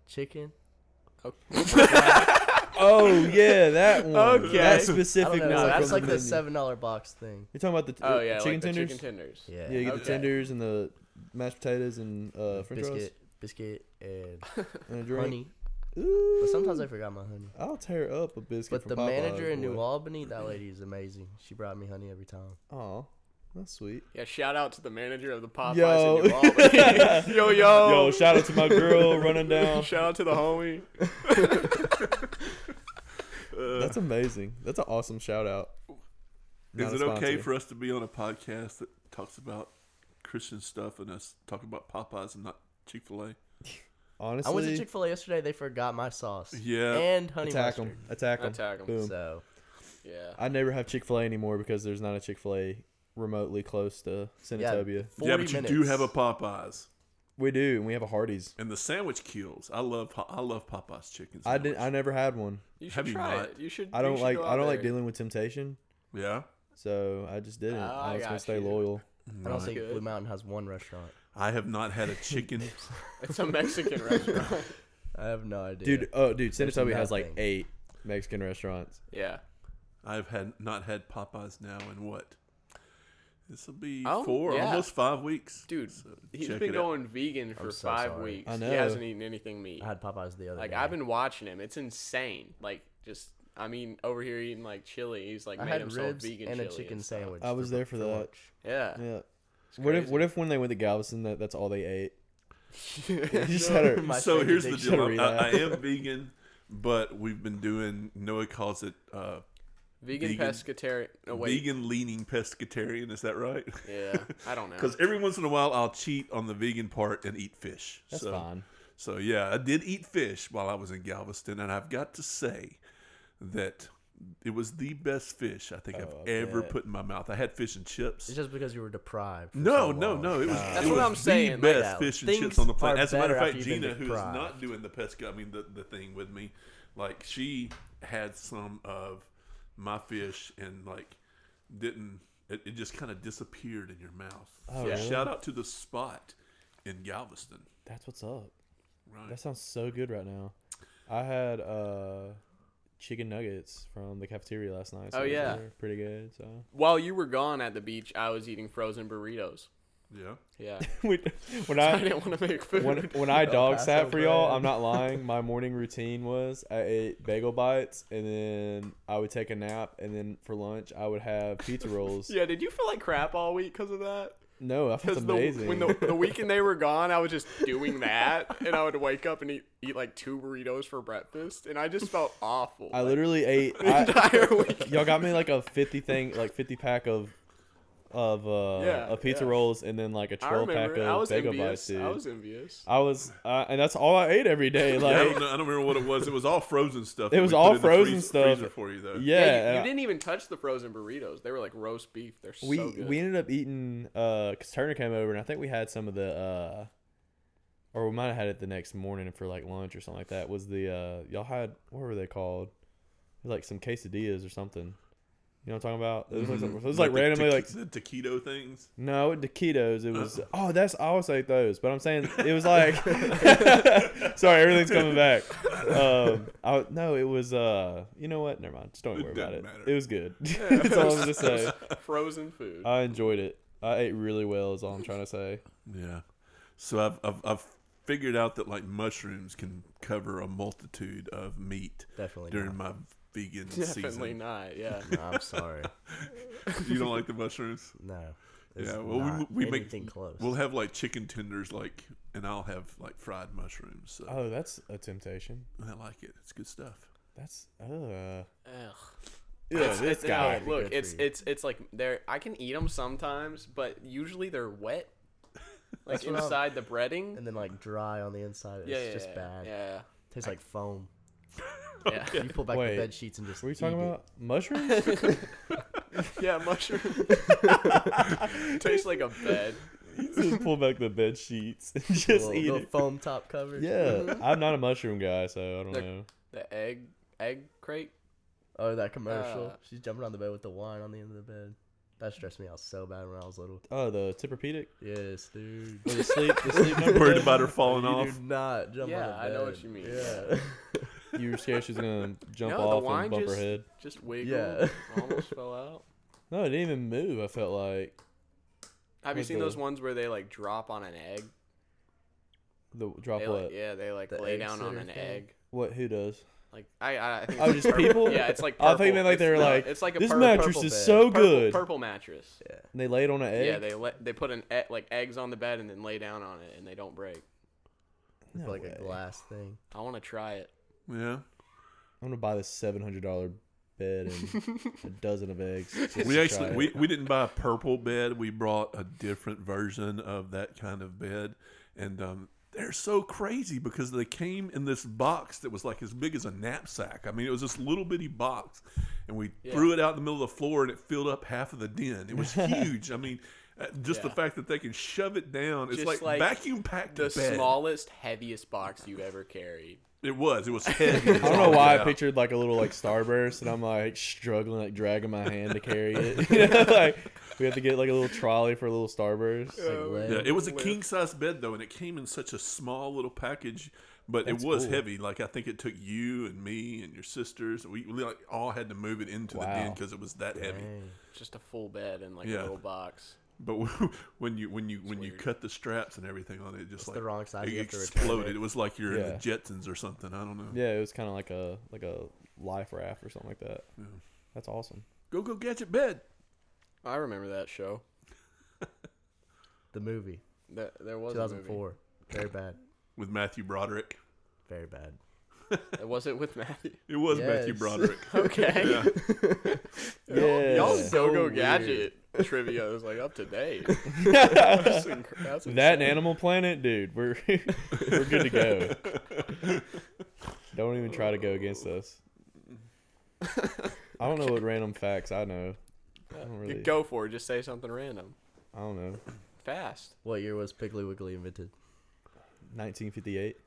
Speaker 4: chicken.
Speaker 2: Oh yeah, that one.
Speaker 1: Okay.
Speaker 2: That
Speaker 4: I don't
Speaker 2: specific
Speaker 4: know.
Speaker 2: one.
Speaker 1: No,
Speaker 4: Oh, that's
Speaker 2: from
Speaker 4: like
Speaker 2: the,
Speaker 4: the
Speaker 2: menu.
Speaker 4: seven dollar box thing.
Speaker 2: You're talking about the,
Speaker 1: Oh
Speaker 2: the
Speaker 1: yeah,
Speaker 2: chicken
Speaker 1: like
Speaker 2: tenders.
Speaker 1: the chicken tenders.
Speaker 4: Yeah.
Speaker 2: Yeah, you get
Speaker 1: Okay.
Speaker 2: the tenders and the mashed potatoes and uh, French fries
Speaker 4: biscuit, biscuit, and
Speaker 2: and a drink.
Speaker 4: honey.
Speaker 2: Ooh,
Speaker 4: But sometimes I forgot my honey.
Speaker 2: I'll tear up a biscuit.
Speaker 4: But the manager in New Albany, that lady is amazing. She brought me honey every time.
Speaker 2: Oh, that's sweet.
Speaker 1: Yeah, shout out to the manager of the Popeyes
Speaker 2: Yo.
Speaker 1: in New Albany. yo, yo.
Speaker 2: Yo, shout out to my girl running down.
Speaker 1: Shout out to the homie.
Speaker 3: Uh,
Speaker 2: That's amazing. That's an awesome shout out. Not
Speaker 3: Is
Speaker 2: a
Speaker 3: it okay
Speaker 2: sponsor.
Speaker 3: for us to be on a podcast that talks about Christian stuff and us talk about Popeyes and not Chick Fil A?
Speaker 2: Honestly,
Speaker 4: I went to Chick Fil A yesterday. They forgot my sauce.
Speaker 3: Yeah.
Speaker 4: and honey
Speaker 2: attack
Speaker 4: mustard.
Speaker 2: them. Attack them.
Speaker 1: Attack 'em.
Speaker 2: Boom.
Speaker 4: So
Speaker 1: Yeah.
Speaker 2: I never have Chick Fil A anymore because there's not a Chick Fil A remotely close to Senatobia.
Speaker 3: yeah,
Speaker 4: 40
Speaker 3: but you do
Speaker 4: minutes.
Speaker 3: have a Popeyes,
Speaker 2: We do, and we have a Hardee's.
Speaker 3: and the sandwich kills. I love Po- I love Popeyes chicken.
Speaker 2: I
Speaker 3: Sandwich.
Speaker 2: didn't. I never had one.
Speaker 1: You should
Speaker 3: Have you
Speaker 1: try
Speaker 3: not?
Speaker 1: it. You should.
Speaker 2: I
Speaker 1: you
Speaker 2: don't
Speaker 1: should
Speaker 2: like.
Speaker 1: go
Speaker 2: I
Speaker 1: out
Speaker 2: don't like
Speaker 1: there.
Speaker 2: dealing with temptation,
Speaker 3: yeah,
Speaker 2: so I just didn't.
Speaker 1: Ah,
Speaker 2: I was gonna
Speaker 1: got
Speaker 2: stay
Speaker 1: you.
Speaker 2: loyal.
Speaker 4: I don't think
Speaker 1: Good.
Speaker 4: Blue Mountain has one restaurant.
Speaker 3: I have not had a chicken.
Speaker 1: It's a Mexican restaurant.
Speaker 4: I have no idea.
Speaker 2: Dude, oh, dude, Senatobia has like
Speaker 4: nothing.
Speaker 2: eight Mexican restaurants.
Speaker 1: Yeah.
Speaker 3: I've had not had Popeyes now in what? This will be
Speaker 1: Oh,
Speaker 3: four,
Speaker 1: yeah.
Speaker 3: almost five weeks,
Speaker 1: Dude, he's
Speaker 3: check
Speaker 1: been
Speaker 3: it out.
Speaker 1: going vegan for
Speaker 4: so
Speaker 1: five
Speaker 4: sorry.
Speaker 1: weeks.
Speaker 2: I
Speaker 1: He
Speaker 2: know.
Speaker 1: hasn't eaten anything meat.
Speaker 4: I had Popeyes the other
Speaker 1: Like
Speaker 4: day.
Speaker 1: I've been watching him. It's insane. Like just I mean over here eating like chili. He's like
Speaker 4: I
Speaker 1: made
Speaker 4: had
Speaker 1: himself
Speaker 4: ribs
Speaker 1: vegan
Speaker 4: and a
Speaker 1: chili
Speaker 4: chicken
Speaker 1: stuff.
Speaker 4: sandwich.
Speaker 2: I was there for that.
Speaker 4: lunch.
Speaker 1: Yeah.
Speaker 2: Yeah. What if
Speaker 1: crazy.
Speaker 2: What if when they went to Galveston, that, that's all they ate? You just had a-
Speaker 4: My
Speaker 3: so
Speaker 4: steak
Speaker 3: here's the
Speaker 4: addiction.
Speaker 3: deal.
Speaker 2: Read
Speaker 3: I, I
Speaker 2: that.
Speaker 3: am vegan, but we've been doing Noah calls it uh,
Speaker 1: vegan,
Speaker 3: Vegan-
Speaker 1: pescatarian. No wait.
Speaker 3: vegan leaning pescatarian. Is that right?
Speaker 1: Yeah. I don't know.
Speaker 3: Because every once in a while, I'll cheat on the vegan part and eat fish.
Speaker 2: That's
Speaker 3: so,
Speaker 2: fine.
Speaker 3: So yeah, I did eat fish while I was in Galveston, and I've got to say that it was the best fish I think I've
Speaker 2: I
Speaker 3: ever
Speaker 2: bet.
Speaker 3: put in my mouth. I had fish and chips.
Speaker 4: It's just because you were deprived. for
Speaker 3: No,
Speaker 4: so
Speaker 3: no,
Speaker 4: long.
Speaker 3: no. It was
Speaker 1: That's
Speaker 3: it
Speaker 1: what
Speaker 3: was
Speaker 1: I'm
Speaker 3: the
Speaker 1: saying, like
Speaker 3: best
Speaker 4: that.
Speaker 3: fish and
Speaker 4: uh, Things
Speaker 3: chips on the planet.
Speaker 4: are
Speaker 3: As a matter of
Speaker 4: better
Speaker 3: fact,
Speaker 4: after you've
Speaker 3: Gina,
Speaker 4: been
Speaker 3: who is not
Speaker 4: deprived.
Speaker 3: doing the pesca, I mean the, the thing with me, like she had some of my fish and like didn't it, it just kind of disappeared in your mouth. so
Speaker 2: Oh, really?
Speaker 3: shout out to the spot in Galveston.
Speaker 2: That's what's up.
Speaker 3: Right.
Speaker 2: That sounds so good right now. I had uh, chicken nuggets from the cafeteria last night. So
Speaker 1: Oh,
Speaker 2: those
Speaker 1: yeah.
Speaker 2: were pretty good. So
Speaker 1: While you were gone at the beach, I was eating frozen burritos.
Speaker 3: yeah.
Speaker 1: Yeah.
Speaker 2: when, when
Speaker 1: I
Speaker 2: I
Speaker 1: didn't want to make food.
Speaker 2: when, when I dog
Speaker 4: Paso
Speaker 2: sat for y'all,
Speaker 4: bread.
Speaker 2: I'm not lying. My morning routine was I ate bagel bites and then I would take a nap and then for lunch I would have pizza rolls.
Speaker 1: yeah. Did you feel like crap all week because of that?
Speaker 2: No, I felt
Speaker 1: Because the
Speaker 2: amazing.
Speaker 1: when the, the weekend they were gone, I was just doing that, and I would wake up and eat, eat like two burritos for breakfast, and I just felt awful.
Speaker 2: I
Speaker 1: like,
Speaker 2: literally ate.
Speaker 1: the
Speaker 2: I,
Speaker 1: entire week.
Speaker 2: y'all got me like a 50 thing like 50 pack of of uh
Speaker 1: Yeah,
Speaker 2: of pizza
Speaker 1: yeah.
Speaker 2: rolls and then like a
Speaker 1: I
Speaker 2: 12 pack
Speaker 1: remember.
Speaker 2: of
Speaker 1: It. I was
Speaker 2: bagel bites
Speaker 1: envious.
Speaker 2: dude
Speaker 1: I was envious.
Speaker 2: I was uh, and that's all i ate every day
Speaker 3: Yeah, I
Speaker 2: like
Speaker 3: don't know. I don't remember what it was. It was all frozen stuff.
Speaker 2: It
Speaker 3: that
Speaker 2: was
Speaker 3: we put
Speaker 2: all
Speaker 3: in the
Speaker 2: frozen
Speaker 3: freeze-
Speaker 2: stuff.
Speaker 3: freezer for you though.
Speaker 2: yeah,
Speaker 1: Yeah, you,
Speaker 2: and
Speaker 1: you
Speaker 2: I-
Speaker 1: didn't even touch the frozen burritos. They were like roast beef. They're so
Speaker 2: we
Speaker 1: good.
Speaker 2: we ended up eating uh 'cause turner came over and i think we had some of the uh or we might have had it the next morning for like lunch or something like that was the uh y'all had what were they called It was, like some quesadillas or something you know what i'm talking about it was like, some- it was, like,
Speaker 3: Mm-hmm. the
Speaker 2: randomly
Speaker 3: taqui-
Speaker 2: like
Speaker 3: the taquito things.
Speaker 2: No, the ketos. It was oh, that's I always ate those, but I'm saying it was like sorry, everything's coming back. Um, I, no, it was uh, you know what? Never mind. Just don't
Speaker 3: It
Speaker 2: worry about it.
Speaker 3: doesn't matter.
Speaker 2: It was good. that's all I'm gonna say.
Speaker 1: frozen food.
Speaker 2: I enjoyed it. I ate really well. Is all I'm trying to say.
Speaker 3: Yeah. So I've, I've I've figured out that like mushrooms can cover a multitude of meat
Speaker 4: Definitely
Speaker 3: during my vegan
Speaker 1: Definitely
Speaker 3: season.
Speaker 1: not. Yeah.
Speaker 4: No, I'm sorry.
Speaker 3: You don't like the mushrooms?
Speaker 4: No. It's
Speaker 3: yeah. Well,
Speaker 4: not
Speaker 3: we, we make
Speaker 4: anything close.
Speaker 3: We'll have like chicken tenders, like, and I'll have like fried mushrooms. So
Speaker 4: Uh,
Speaker 2: Oh, that's a temptation.
Speaker 3: I like it. It's good stuff.
Speaker 2: That's uh,
Speaker 1: Ugh.
Speaker 2: Yeah, this
Speaker 1: it's,
Speaker 2: guy.
Speaker 1: no, look,
Speaker 4: Good for
Speaker 1: it's
Speaker 4: you.
Speaker 1: it's it's like they're. I can eat them sometimes, but usually they're wet, like
Speaker 4: That's what I'm-
Speaker 1: inside the breading.
Speaker 4: and then like dry on the inside. It's
Speaker 1: yeah, yeah,
Speaker 4: just
Speaker 1: yeah,
Speaker 4: bad.
Speaker 1: Yeah,
Speaker 4: Tastes like foam.
Speaker 1: yeah,
Speaker 4: You pull back
Speaker 2: Wait,
Speaker 4: the bed sheets and just.
Speaker 2: What are you talking
Speaker 4: eat it.
Speaker 2: about? Mushrooms?
Speaker 1: yeah. Mushroom tastes like a bed.
Speaker 2: just pull back the bed sheets and just
Speaker 4: little,
Speaker 2: eat
Speaker 4: little
Speaker 2: it.
Speaker 4: foam top cover.
Speaker 2: Yeah, I'm not a mushroom guy, so I don't
Speaker 1: Look,
Speaker 2: know.
Speaker 1: The egg egg crate.
Speaker 4: Oh, that commercial.
Speaker 1: Uh,
Speaker 4: She's jumping on the bed with the wine on the end of the bed. That stressed me out so bad when I was little.
Speaker 2: Oh, the Tipperpedic?
Speaker 4: Yes, dude.
Speaker 2: Or the sleep, the sleep number?
Speaker 3: Worried
Speaker 2: bed?
Speaker 3: about her falling
Speaker 4: you
Speaker 3: off.
Speaker 4: do not jump on
Speaker 1: Yeah,
Speaker 4: the bed.
Speaker 1: I know what you mean.
Speaker 4: Yeah.
Speaker 2: You were scared she was going to jump
Speaker 1: No, the
Speaker 2: off
Speaker 1: wine
Speaker 2: and bump
Speaker 1: just-
Speaker 2: her head.
Speaker 1: Just wiggled.
Speaker 4: Yeah.
Speaker 1: almost fell out.
Speaker 2: No, it didn't even move, I felt like.
Speaker 1: Have you
Speaker 2: With
Speaker 1: seen
Speaker 2: the-
Speaker 1: those ones where they like drop on an egg?
Speaker 2: The
Speaker 1: They,
Speaker 2: droplet.
Speaker 1: like, yeah, they like
Speaker 4: The
Speaker 1: lay
Speaker 4: egg
Speaker 1: down on
Speaker 4: sitter
Speaker 1: an
Speaker 4: thing?
Speaker 1: egg.
Speaker 2: What? Who does?
Speaker 1: Like I, I, I think
Speaker 2: Oh,
Speaker 1: it's
Speaker 2: just
Speaker 1: purple.
Speaker 2: people?
Speaker 1: Yeah, it's like
Speaker 2: I
Speaker 1: purple.
Speaker 2: thought you meant like they
Speaker 1: It's
Speaker 2: were
Speaker 1: not-
Speaker 2: like,
Speaker 1: it's like a
Speaker 2: this
Speaker 1: purple,
Speaker 2: mattress
Speaker 4: purple
Speaker 2: is
Speaker 4: bed.
Speaker 2: so
Speaker 1: purple,
Speaker 2: good.
Speaker 1: purple mattress.
Speaker 4: yeah.
Speaker 2: And they laid on an egg.
Speaker 1: Yeah, they let they put an e- like eggs on the bed and then lay down on it and they don't break.
Speaker 2: No
Speaker 4: like
Speaker 2: way.
Speaker 4: a glass thing.
Speaker 1: I want to try it.
Speaker 3: Yeah.
Speaker 2: I'm gonna buy this seven hundred dollar bed and a dozen of eggs. just to
Speaker 3: We
Speaker 2: try
Speaker 3: actually
Speaker 2: it.
Speaker 3: we, we didn't buy a purple bed. We brought a different version of that kind of bed, and um, they're so crazy because they came in this box that was like as big as a knapsack. I mean, it was this little bitty box, and we threw it out in the middle of the floor, and it filled up half of the den. It was huge. I mean, uh, just the
Speaker 1: Yeah.
Speaker 3: fact that they can shove it down, it's
Speaker 1: Just
Speaker 3: like,
Speaker 1: like
Speaker 3: vacuum packed
Speaker 1: The
Speaker 3: bed.
Speaker 1: smallest, heaviest box you've ever carried.
Speaker 3: it was. It was heavy.
Speaker 2: I don't know why I pictured like a little like starburst, and I'm like struggling, like dragging my hand to carry it. You know, like we have to get like a little trolley for a little starburst.
Speaker 4: Like
Speaker 1: Oh.
Speaker 4: lead.
Speaker 3: Yeah, it was a king size bed though, and it came in such a small little package, but
Speaker 2: That's
Speaker 3: it was
Speaker 2: cool.
Speaker 3: heavy. Like I think it took you and me and your sisters. We, we like all had to move it into the den
Speaker 2: Wow.
Speaker 3: because it was that heavy.
Speaker 4: Dang.
Speaker 1: Just a full bed and like a
Speaker 3: Yeah.
Speaker 1: little box.
Speaker 3: But when you when you when you cut the straps and everything on it, it just like
Speaker 4: the wrong side,
Speaker 3: It
Speaker 4: you have to return
Speaker 3: exploded.
Speaker 4: it.
Speaker 3: It was like you're in
Speaker 2: Yeah.
Speaker 3: the Jetsons or something. I don't know.
Speaker 2: Yeah, it was kind of like a like a life raft or something like that. That's awesome.
Speaker 3: Go go gadget bed.
Speaker 1: I remember that show.
Speaker 4: The movie.
Speaker 1: That there was a movie.
Speaker 4: 2004. Very bad.
Speaker 3: With Matthew Broderick.
Speaker 4: Very bad.
Speaker 1: Was it with Matthew?
Speaker 3: It was Matthew
Speaker 4: Yes.
Speaker 3: Broderick.
Speaker 1: Okay.
Speaker 3: yeah.
Speaker 2: Yeah,
Speaker 1: Y'all
Speaker 4: So
Speaker 1: go go
Speaker 4: weird.
Speaker 1: gadget trivia is like up to date. That's inc- that's
Speaker 2: that
Speaker 1: insane.
Speaker 2: and Animal Planet, dude. We're we're good to go. Don't even try to go against us. I don't know what random facts I know. I don't really.
Speaker 1: go for it. Just say something random,
Speaker 2: I don't know.
Speaker 1: fast.
Speaker 4: What year was Piggly Wiggly invented?
Speaker 2: 1958.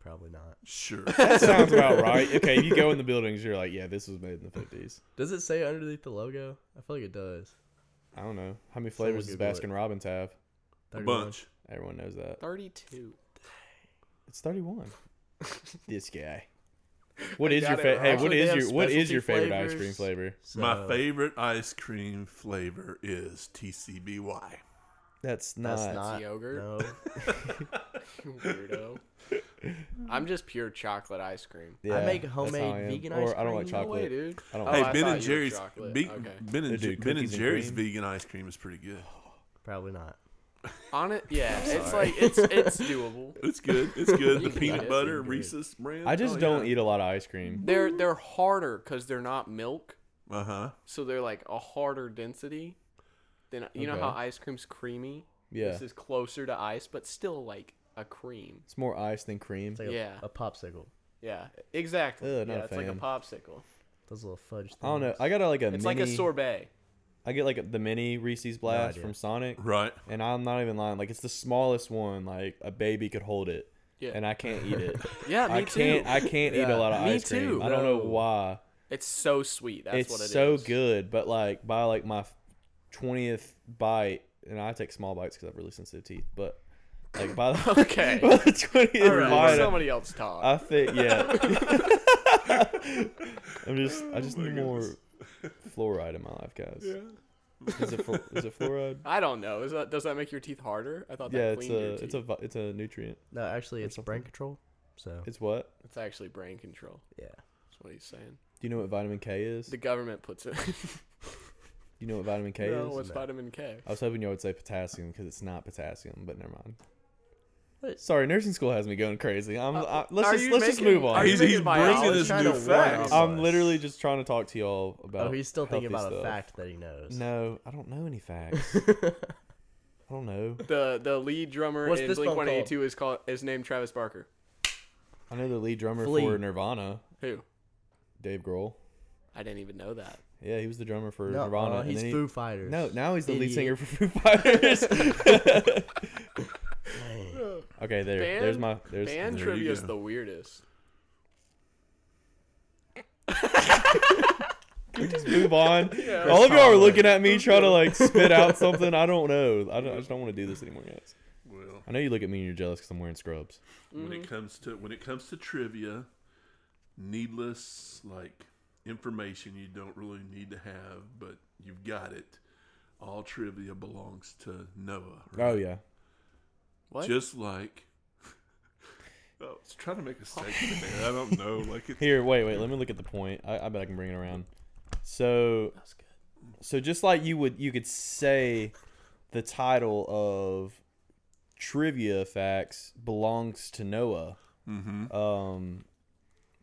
Speaker 4: Probably not.
Speaker 3: Sure.
Speaker 2: That sounds about right. Okay, if you go in the buildings, you're like, yeah, this was made in the 50s.
Speaker 4: Does it say underneath the logo? I feel like it does.
Speaker 2: I don't know. How many flavors does
Speaker 4: Google it.
Speaker 2: Baskin Robbins have?
Speaker 3: A
Speaker 4: 31.
Speaker 3: bunch.
Speaker 2: Everyone knows that.
Speaker 1: Thirty-two.
Speaker 2: It's 31. this guy. What is your
Speaker 1: got it
Speaker 2: fa- hey?
Speaker 1: wrong.
Speaker 2: What
Speaker 4: Actually, they
Speaker 2: is
Speaker 4: have
Speaker 2: your what is
Speaker 4: specialty
Speaker 2: your favorite ice
Speaker 4: flavors.
Speaker 2: cream flavor?
Speaker 3: My
Speaker 4: So,
Speaker 3: favorite ice cream flavor is TCBY.
Speaker 2: That's not.
Speaker 4: That's not
Speaker 1: yogurt.
Speaker 4: No.
Speaker 1: Weirdo. I'm just pure chocolate ice cream.
Speaker 2: yeah,
Speaker 4: make
Speaker 2: that's how
Speaker 4: homemade
Speaker 2: I am.
Speaker 4: vegan
Speaker 2: or
Speaker 4: ice
Speaker 2: I don't like
Speaker 4: cream.
Speaker 1: No
Speaker 2: chocolate.
Speaker 1: way, dude.
Speaker 2: I don't
Speaker 1: Oh,
Speaker 3: Hey,
Speaker 2: like.
Speaker 1: I
Speaker 3: Ben
Speaker 1: thought
Speaker 3: and
Speaker 1: you were
Speaker 3: Jerry's
Speaker 1: chocolate.
Speaker 3: Be-
Speaker 1: Okay.
Speaker 3: Ben and,
Speaker 2: They do
Speaker 3: Jer- ben and
Speaker 2: cookies and
Speaker 3: Jerry's
Speaker 2: cream.
Speaker 3: vegan ice cream is pretty good.
Speaker 4: Probably not.
Speaker 1: On it, yeah. It's like it's it's doable.
Speaker 3: It's good. It's good.
Speaker 1: You
Speaker 3: the
Speaker 1: can eat
Speaker 3: peanut
Speaker 1: it.
Speaker 3: butter
Speaker 4: It's good.
Speaker 3: Reese's brand. Oh,
Speaker 2: I
Speaker 4: Oh,
Speaker 2: just don't eat a lot of ice
Speaker 4: Mm-hmm.
Speaker 2: cream.
Speaker 1: They're they're harder because they're not milk,
Speaker 3: Uh huh.
Speaker 1: so they're like a harder density. Then you know
Speaker 2: Okay.
Speaker 1: how ice cream's creamy.
Speaker 2: Yeah,
Speaker 1: This is closer to ice, but still like a cream.
Speaker 2: it's more ice than cream.
Speaker 4: It's like
Speaker 1: Yeah.
Speaker 4: a, a popsicle.
Speaker 1: Yeah, exactly.
Speaker 2: Ugh, not
Speaker 1: yeah,
Speaker 2: a
Speaker 1: it's like a
Speaker 2: fan.
Speaker 1: popsicle.
Speaker 4: Those little fudge things.
Speaker 2: I don't know. I got a, like a
Speaker 1: It's
Speaker 2: mini.
Speaker 1: like a sorbet.
Speaker 2: I get like a, the mini Reese's Blast
Speaker 4: idea.
Speaker 2: from Sonic.
Speaker 3: Right.
Speaker 2: and I'm not even lying. Like it's the smallest one. Like a baby could hold it,
Speaker 1: Yeah.
Speaker 2: and I can't eat it.
Speaker 1: Yeah, me
Speaker 2: I can't.
Speaker 1: too.
Speaker 2: I can't eat
Speaker 4: Yeah.
Speaker 2: a lot of
Speaker 1: Me
Speaker 2: ice cream.
Speaker 1: too.
Speaker 2: I don't know
Speaker 4: No.
Speaker 2: why.
Speaker 1: It's so sweet. That's what it
Speaker 2: it's
Speaker 1: is.
Speaker 2: so good, but like by like my twentieth bite, and I take small bites because I have really sensitive teeth. But like by the
Speaker 1: Okay.
Speaker 2: by the twentieth
Speaker 1: All right,
Speaker 2: bite,
Speaker 1: somebody else talk.
Speaker 2: I think yeah. I'm just I
Speaker 1: Oh
Speaker 2: just need more fluoride in my life, guys. Is it fl- is it fluoride?
Speaker 1: I don't know. Is that does that make your teeth harder? I thought that
Speaker 2: Yeah, it's
Speaker 1: cleaned your
Speaker 2: a
Speaker 1: teeth.
Speaker 2: it's a vi- it's a nutrient.
Speaker 4: No, actually, it's brain control. So,
Speaker 2: It's what?
Speaker 1: It's actually brain control.
Speaker 4: yeah.
Speaker 1: That's what he's saying.
Speaker 2: Do you know what vitamin K is?
Speaker 1: The government puts it.
Speaker 2: You know what vitamin K
Speaker 1: no,
Speaker 2: is?
Speaker 1: what's vitamin K?
Speaker 2: I was hoping you would say potassium because it's not potassium, but never mind. Sorry, nursing school has me going crazy. I'm.
Speaker 4: Oh,
Speaker 2: I, let's
Speaker 1: Uh, Are
Speaker 2: just
Speaker 1: you
Speaker 2: let's just
Speaker 1: making-
Speaker 2: move
Speaker 1: are
Speaker 2: on.
Speaker 1: you
Speaker 3: He's-
Speaker 1: making
Speaker 3: he's
Speaker 1: biology
Speaker 3: bringing this
Speaker 1: kinda
Speaker 3: new fact.
Speaker 1: worse?
Speaker 2: I'm literally just trying to talk to y'all about.
Speaker 4: Oh, he's still thinking
Speaker 2: healthy
Speaker 4: about a
Speaker 2: stuff.
Speaker 4: fact that he knows.
Speaker 2: No, I don't know any facts. I don't know.
Speaker 1: The the lead drummer
Speaker 4: What's
Speaker 1: in
Speaker 4: this
Speaker 1: Blink
Speaker 4: one
Speaker 1: One Eighty Two is called is named Travis Barker.
Speaker 2: I know the lead drummer
Speaker 4: Flea.
Speaker 2: for Nirvana,
Speaker 1: Who?
Speaker 2: Dave Grohl.
Speaker 1: I didn't even know that.
Speaker 2: Yeah, he was the drummer for
Speaker 4: No,
Speaker 2: Nirvana.
Speaker 4: uh,
Speaker 2: and
Speaker 4: he's
Speaker 2: then he-
Speaker 4: Foo Fighters.
Speaker 2: No, now he's the lead
Speaker 4: Idiot.
Speaker 2: singer for Foo Fighters.
Speaker 4: Dang.
Speaker 2: okay, there.
Speaker 1: Band-
Speaker 2: there's my. There's.
Speaker 1: Band
Speaker 3: there you
Speaker 1: trivia is
Speaker 3: go.
Speaker 1: the weirdest.
Speaker 2: Just move on. All of y'all are
Speaker 4: Conway.
Speaker 2: looking at me trying to like spit out something. I don't know. I, don't, I just don't want to do this anymore, guys.
Speaker 3: Well,
Speaker 2: I know you look at me and you're jealous because I'm wearing scrubs.
Speaker 3: when
Speaker 1: Mm-hmm.
Speaker 3: it comes to when it comes to trivia, needless like information you don't really need to have, but you've got it. All trivia belongs to Noah. right?
Speaker 2: Oh yeah.
Speaker 1: What?
Speaker 3: Just like. I was trying to make a statement there. I don't know. Like it's
Speaker 2: Here, wait, wait. Let me look at the point. I, I bet I can bring it around. So,
Speaker 1: That's good.
Speaker 2: so just like you would, you could say the title of trivia facts belongs to Noah. Um,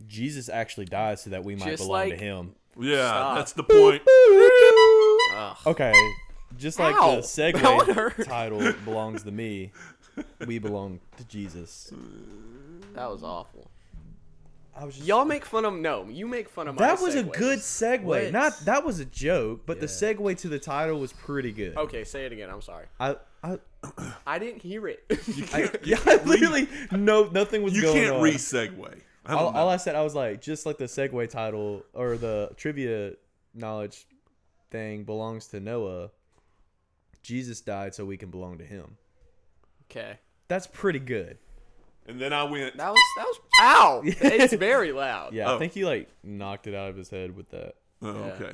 Speaker 2: Jesus actually died so that we might
Speaker 1: Just
Speaker 2: belong to
Speaker 1: like-
Speaker 2: him.
Speaker 3: yeah,
Speaker 1: Stop.
Speaker 3: that's the point.
Speaker 1: Ugh.
Speaker 2: Okay, just like
Speaker 1: Ow!
Speaker 2: the
Speaker 1: That one
Speaker 2: segue
Speaker 1: hurt.
Speaker 2: title belongs to me, we belong to Jesus.
Speaker 1: That was awful.
Speaker 2: I was just,
Speaker 1: Y'all make fun of no. You make fun of my
Speaker 2: that was a
Speaker 1: segues.
Speaker 2: good segue.
Speaker 4: What?
Speaker 2: Not that was a joke, but the
Speaker 4: Yeah.
Speaker 2: segue to the title was pretty good.
Speaker 1: Okay, say it again. I'm sorry.
Speaker 2: I, I,
Speaker 1: I didn't hear it.
Speaker 2: I, yeah, I literally, no, nothing was
Speaker 3: You
Speaker 2: going
Speaker 3: can't
Speaker 2: on.
Speaker 3: re segue. I
Speaker 2: all,
Speaker 3: don't know.
Speaker 2: all I said, I was like, just like the segue title or the trivia knowledge thing belongs to Noah. Jesus died so we can belong to him.
Speaker 1: okay.
Speaker 2: That's pretty good.
Speaker 3: and then I went.
Speaker 1: That was that was ow. it's very loud.
Speaker 2: Yeah, I
Speaker 3: Oh.
Speaker 2: think he like knocked it out of his head with that.
Speaker 3: Oh, okay.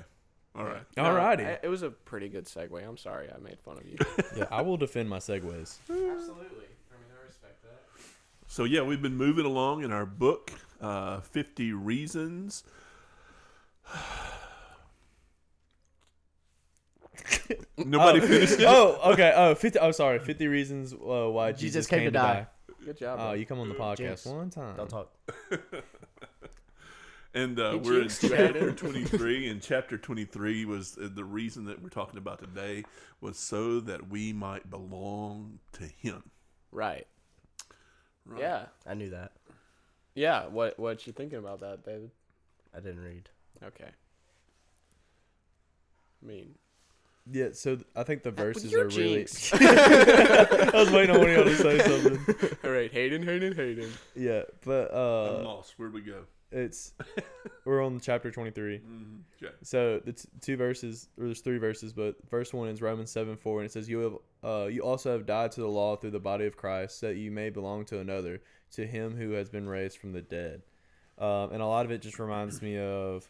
Speaker 3: All right.
Speaker 1: No,
Speaker 2: Alrighty.
Speaker 1: I- it was a pretty good segue. I'm sorry I made fun of you.
Speaker 2: yeah, I will defend my segues.
Speaker 1: Absolutely. I mean, I respect that.
Speaker 3: So yeah, we've been moving along in our book, uh, Fifty Reasons. Nobody finished it.
Speaker 2: oh, okay. Oh, 50, oh, sorry. 50 Reasons uh, Why Jesus, Came, to Die.
Speaker 1: Good job.
Speaker 2: Oh,
Speaker 1: bro.
Speaker 2: you come on the podcast
Speaker 4: Jinx.
Speaker 2: one time.
Speaker 4: Don't talk.
Speaker 3: And uh,
Speaker 1: He
Speaker 3: we're in
Speaker 1: jinxed you, Adam.
Speaker 3: chapter 23, and chapter 23 was uh, the reason that we're talking about today was so that we might belong to Him.
Speaker 1: right.
Speaker 3: Right.
Speaker 1: Yeah.
Speaker 4: I knew that.
Speaker 1: Yeah. What What you thinking about that, David?
Speaker 4: I didn't read.
Speaker 1: Okay. I mean,
Speaker 2: Yeah, so th- I think the verses
Speaker 1: you're
Speaker 2: are really.
Speaker 1: jinxed.
Speaker 2: I was waiting on one of y'all to say something.
Speaker 1: All right, Hayden, Hayden, Hayden.
Speaker 2: Yeah, but
Speaker 3: I'm
Speaker 2: uh,
Speaker 3: lost. Where'd we go?
Speaker 2: it's we're on chapter 23.
Speaker 3: Okay.
Speaker 2: So the t- two verses, or there's three verses, but first one is Romans seven four, and it says, "You have, uh, you also have died to the law through the body of Christ, that you may belong to another, to him who has been raised from the dead." Um, and a lot of it just reminds me of,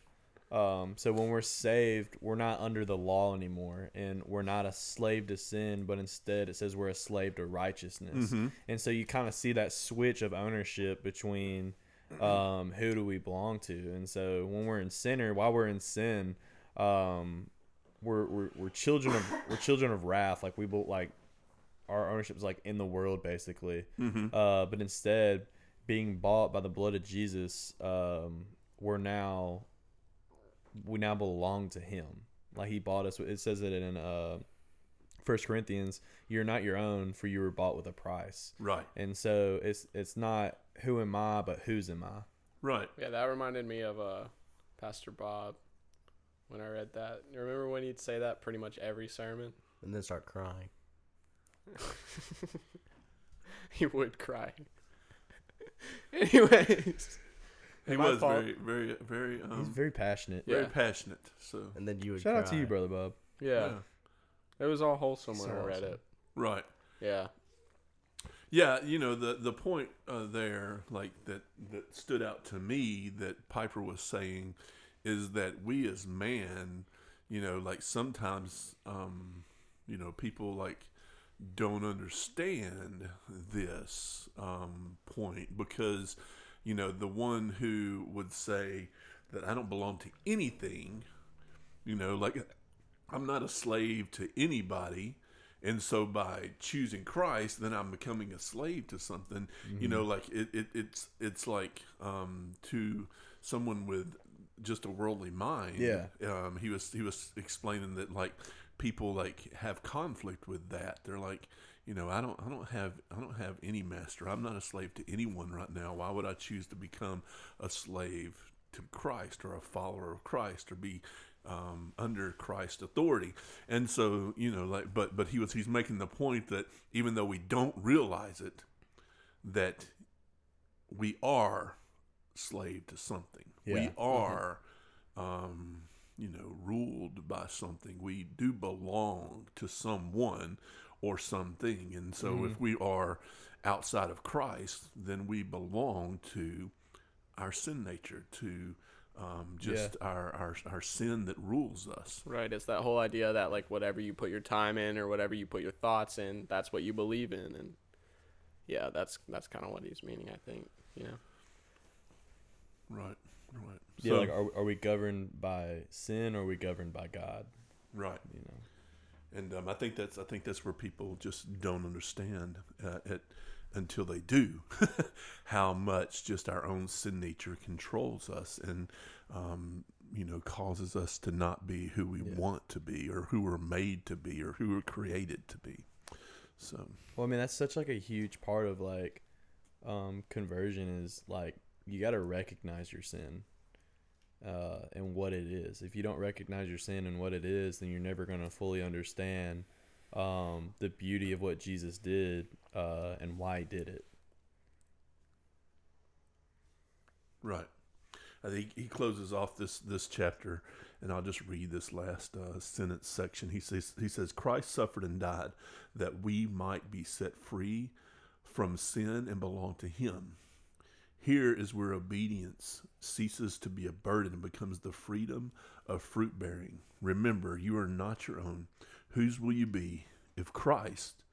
Speaker 2: um, so when we're saved, we're not under the law anymore, and we're not a slave to sin, but instead it says we're a slave to righteousness. And so you kind of see that switch of ownership between um, who do we belong to? And so when we're in sinner, while we're in sin, um, we're, we're, we're children of we're children of wrath. Like we bel- like our ownership is like in the world basically.
Speaker 1: Mm-hmm.
Speaker 2: Uh, but instead, being bought by the blood of Jesus, um, we're now we now belong to Him. Like He bought us. It says it in uh, First Corinthians. You're not your own, for you were bought with a price.
Speaker 3: Right.
Speaker 2: And so it's it's not who am I, but whose am I?
Speaker 3: Right.
Speaker 1: Yeah, that reminded me of uh, Pastor Bob when I read that. You remember when he'd say that pretty much every sermon?
Speaker 4: And then start crying.
Speaker 1: He would cry. Anyways,
Speaker 3: He
Speaker 1: my
Speaker 3: was
Speaker 1: fault.
Speaker 3: very, very, very,
Speaker 2: He's
Speaker 3: um,
Speaker 2: very passionate.
Speaker 1: Yeah.
Speaker 3: very passionate. So
Speaker 4: And then you would
Speaker 2: Shout
Speaker 4: cry.
Speaker 2: out to you, brother Bob.
Speaker 1: yeah,
Speaker 3: yeah.
Speaker 1: it was all wholesome when
Speaker 2: So
Speaker 1: I read
Speaker 2: awesome.
Speaker 1: it.
Speaker 3: Right.
Speaker 1: Yeah,
Speaker 3: Yeah, you know the the point uh, there, like that that stood out to me that Piper was saying, is that we as man, you know, like sometimes, um, you know, people like don't understand this um, point because, you know, the one who would say that I don't belong to anything, you know, like I'm not a slave to anybody. And so by choosing Christ, then I'm becoming a slave to something. You know, like it, it, it's it's like um, to someone with just a worldly mind.
Speaker 2: Yeah.
Speaker 3: Um, he was he was explaining that like people like have conflict with that. They're like, you know, I don't I don't have I don't have any master. I'm not a slave to anyone right now. Why would I choose to become a slave to Christ or a follower of Christ or be um, under Christ's authority. And so, you know, like, but but he was he's making the point that even though we don't realize it, that we are slave to something. We
Speaker 2: Yeah.
Speaker 3: are, um, you know, ruled by something. We do belong to someone or something. And so, if we are outside of Christ, then we belong to our sin nature, to um, just our, our our sin that rules us.
Speaker 1: Right, it's that whole idea that like whatever you put your time in or whatever you put your thoughts in, that's what you believe in, and yeah, that's that's kind of what he's meaning, I think. You know,
Speaker 3: Right. Right.
Speaker 2: Yeah,
Speaker 3: So-
Speaker 2: like are, are we governed by sin or are we governed by God?
Speaker 3: right.
Speaker 2: You know.
Speaker 3: and um, I think that's I think that's where people just don't understand uh, it until they do how much just our own sin nature controls us and um, you know causes us to not be who we want to be or who we're made to be or who we're created to be. So
Speaker 2: Well, I mean, that's such like a huge part of like um, conversion is like you got to recognize your sin uh, and what it is. If you don't recognize your sin and what it is, then you're never going to fully understand um, the beauty of what Jesus did uh, and why he did it.
Speaker 3: Right. I think he closes off this this chapter, and I'll just read this last uh, sentence section. He says he says Christ suffered and died that we might be set free from sin and belong to Him. Here is where obedience ceases to be a burden and becomes the freedom of fruit bearing. Remember, you are not your own. Whose will you be if Christ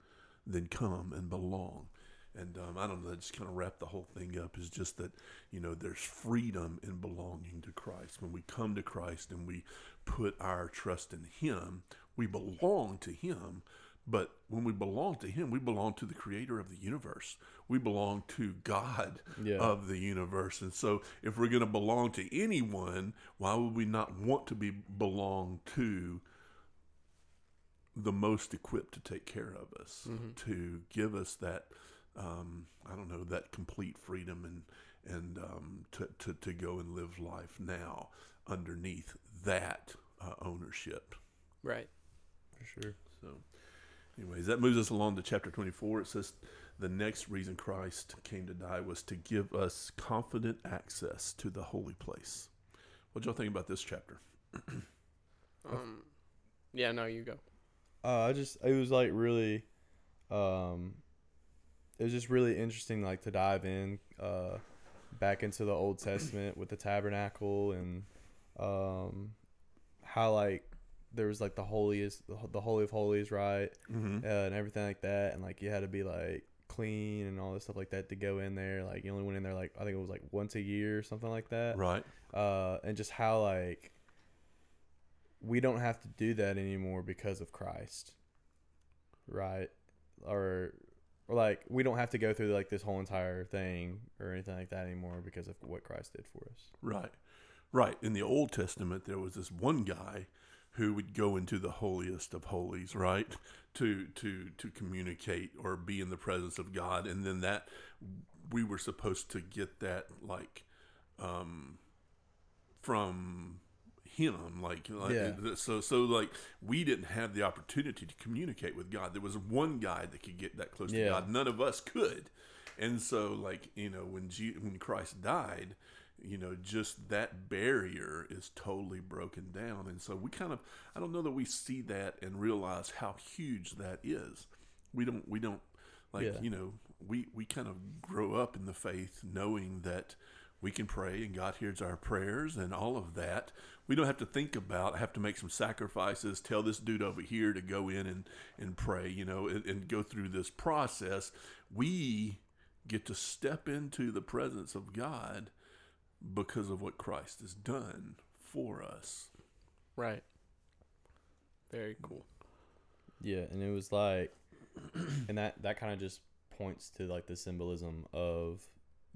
Speaker 3: then come and belong. And um, I don't know, that just kind of wrap the whole thing up is just that, you know, there's freedom in belonging to Christ. When we come to Christ and we put our trust in Him, we belong to Him. But when we belong to Him, we belong to the Creator of the universe. We belong to God
Speaker 2: Yeah.
Speaker 3: of the universe. And so if we're going to belong to anyone, why would we not want to be belong to the most equipped to take care of us, to give us that, um, I don't know, that complete freedom and and um, to, to to go and live life now underneath that uh, ownership.
Speaker 1: right?
Speaker 2: For sure.
Speaker 3: So, anyways, that moves us along to chapter 24. It says, The next reason Christ came to die was to give us confident access to the holy place. What y'all think about this chapter?
Speaker 1: Um, yeah, no, you go.
Speaker 2: Uh, I just it was like really, um, it was just really interesting like to dive in, uh, back into the Old Testament with the tabernacle and, um, how like there was like the holiest the holy of holies right
Speaker 3: Mm-hmm.
Speaker 2: uh, and everything like that and like you had to be like clean and all this stuff like that to go in there like you only went in there like I think it was like once a year or something like that
Speaker 3: Right.
Speaker 2: uh, and just how like we don't have to do that anymore because of Christ, right? Or, or like we don't have to go through like this whole entire thing or anything like that anymore because of what Christ did for us.
Speaker 3: Right. Right. In the Old Testament, there was this one guy who would go into the holiest of holies, right? To to to communicate or be in the presence of God, and then that we were supposed to get that like um from him like, like
Speaker 2: Yeah.
Speaker 3: th- so so like we didn't have the opportunity to communicate with God. There was one guy that could get that close to
Speaker 2: Yeah.
Speaker 3: God. None of us could. And so like, you know, when Je- when Christ died, you know, just that barrier is totally broken down. And so we kind of I don't know that we see that and realize how huge that is. We don't we don't like
Speaker 2: Yeah.
Speaker 3: you know we we kind of grow up in the faith knowing that we can pray and God hears our prayers and all of that. We don't have to think about have to make some sacrifices, tell this dude over here to go in and and pray, you know, and, and go through this process. We get to step into the presence of God because of what Christ has done for us.
Speaker 1: Right. Very cool.
Speaker 2: Yeah, and it was like, and that that kind of just points to like the symbolism of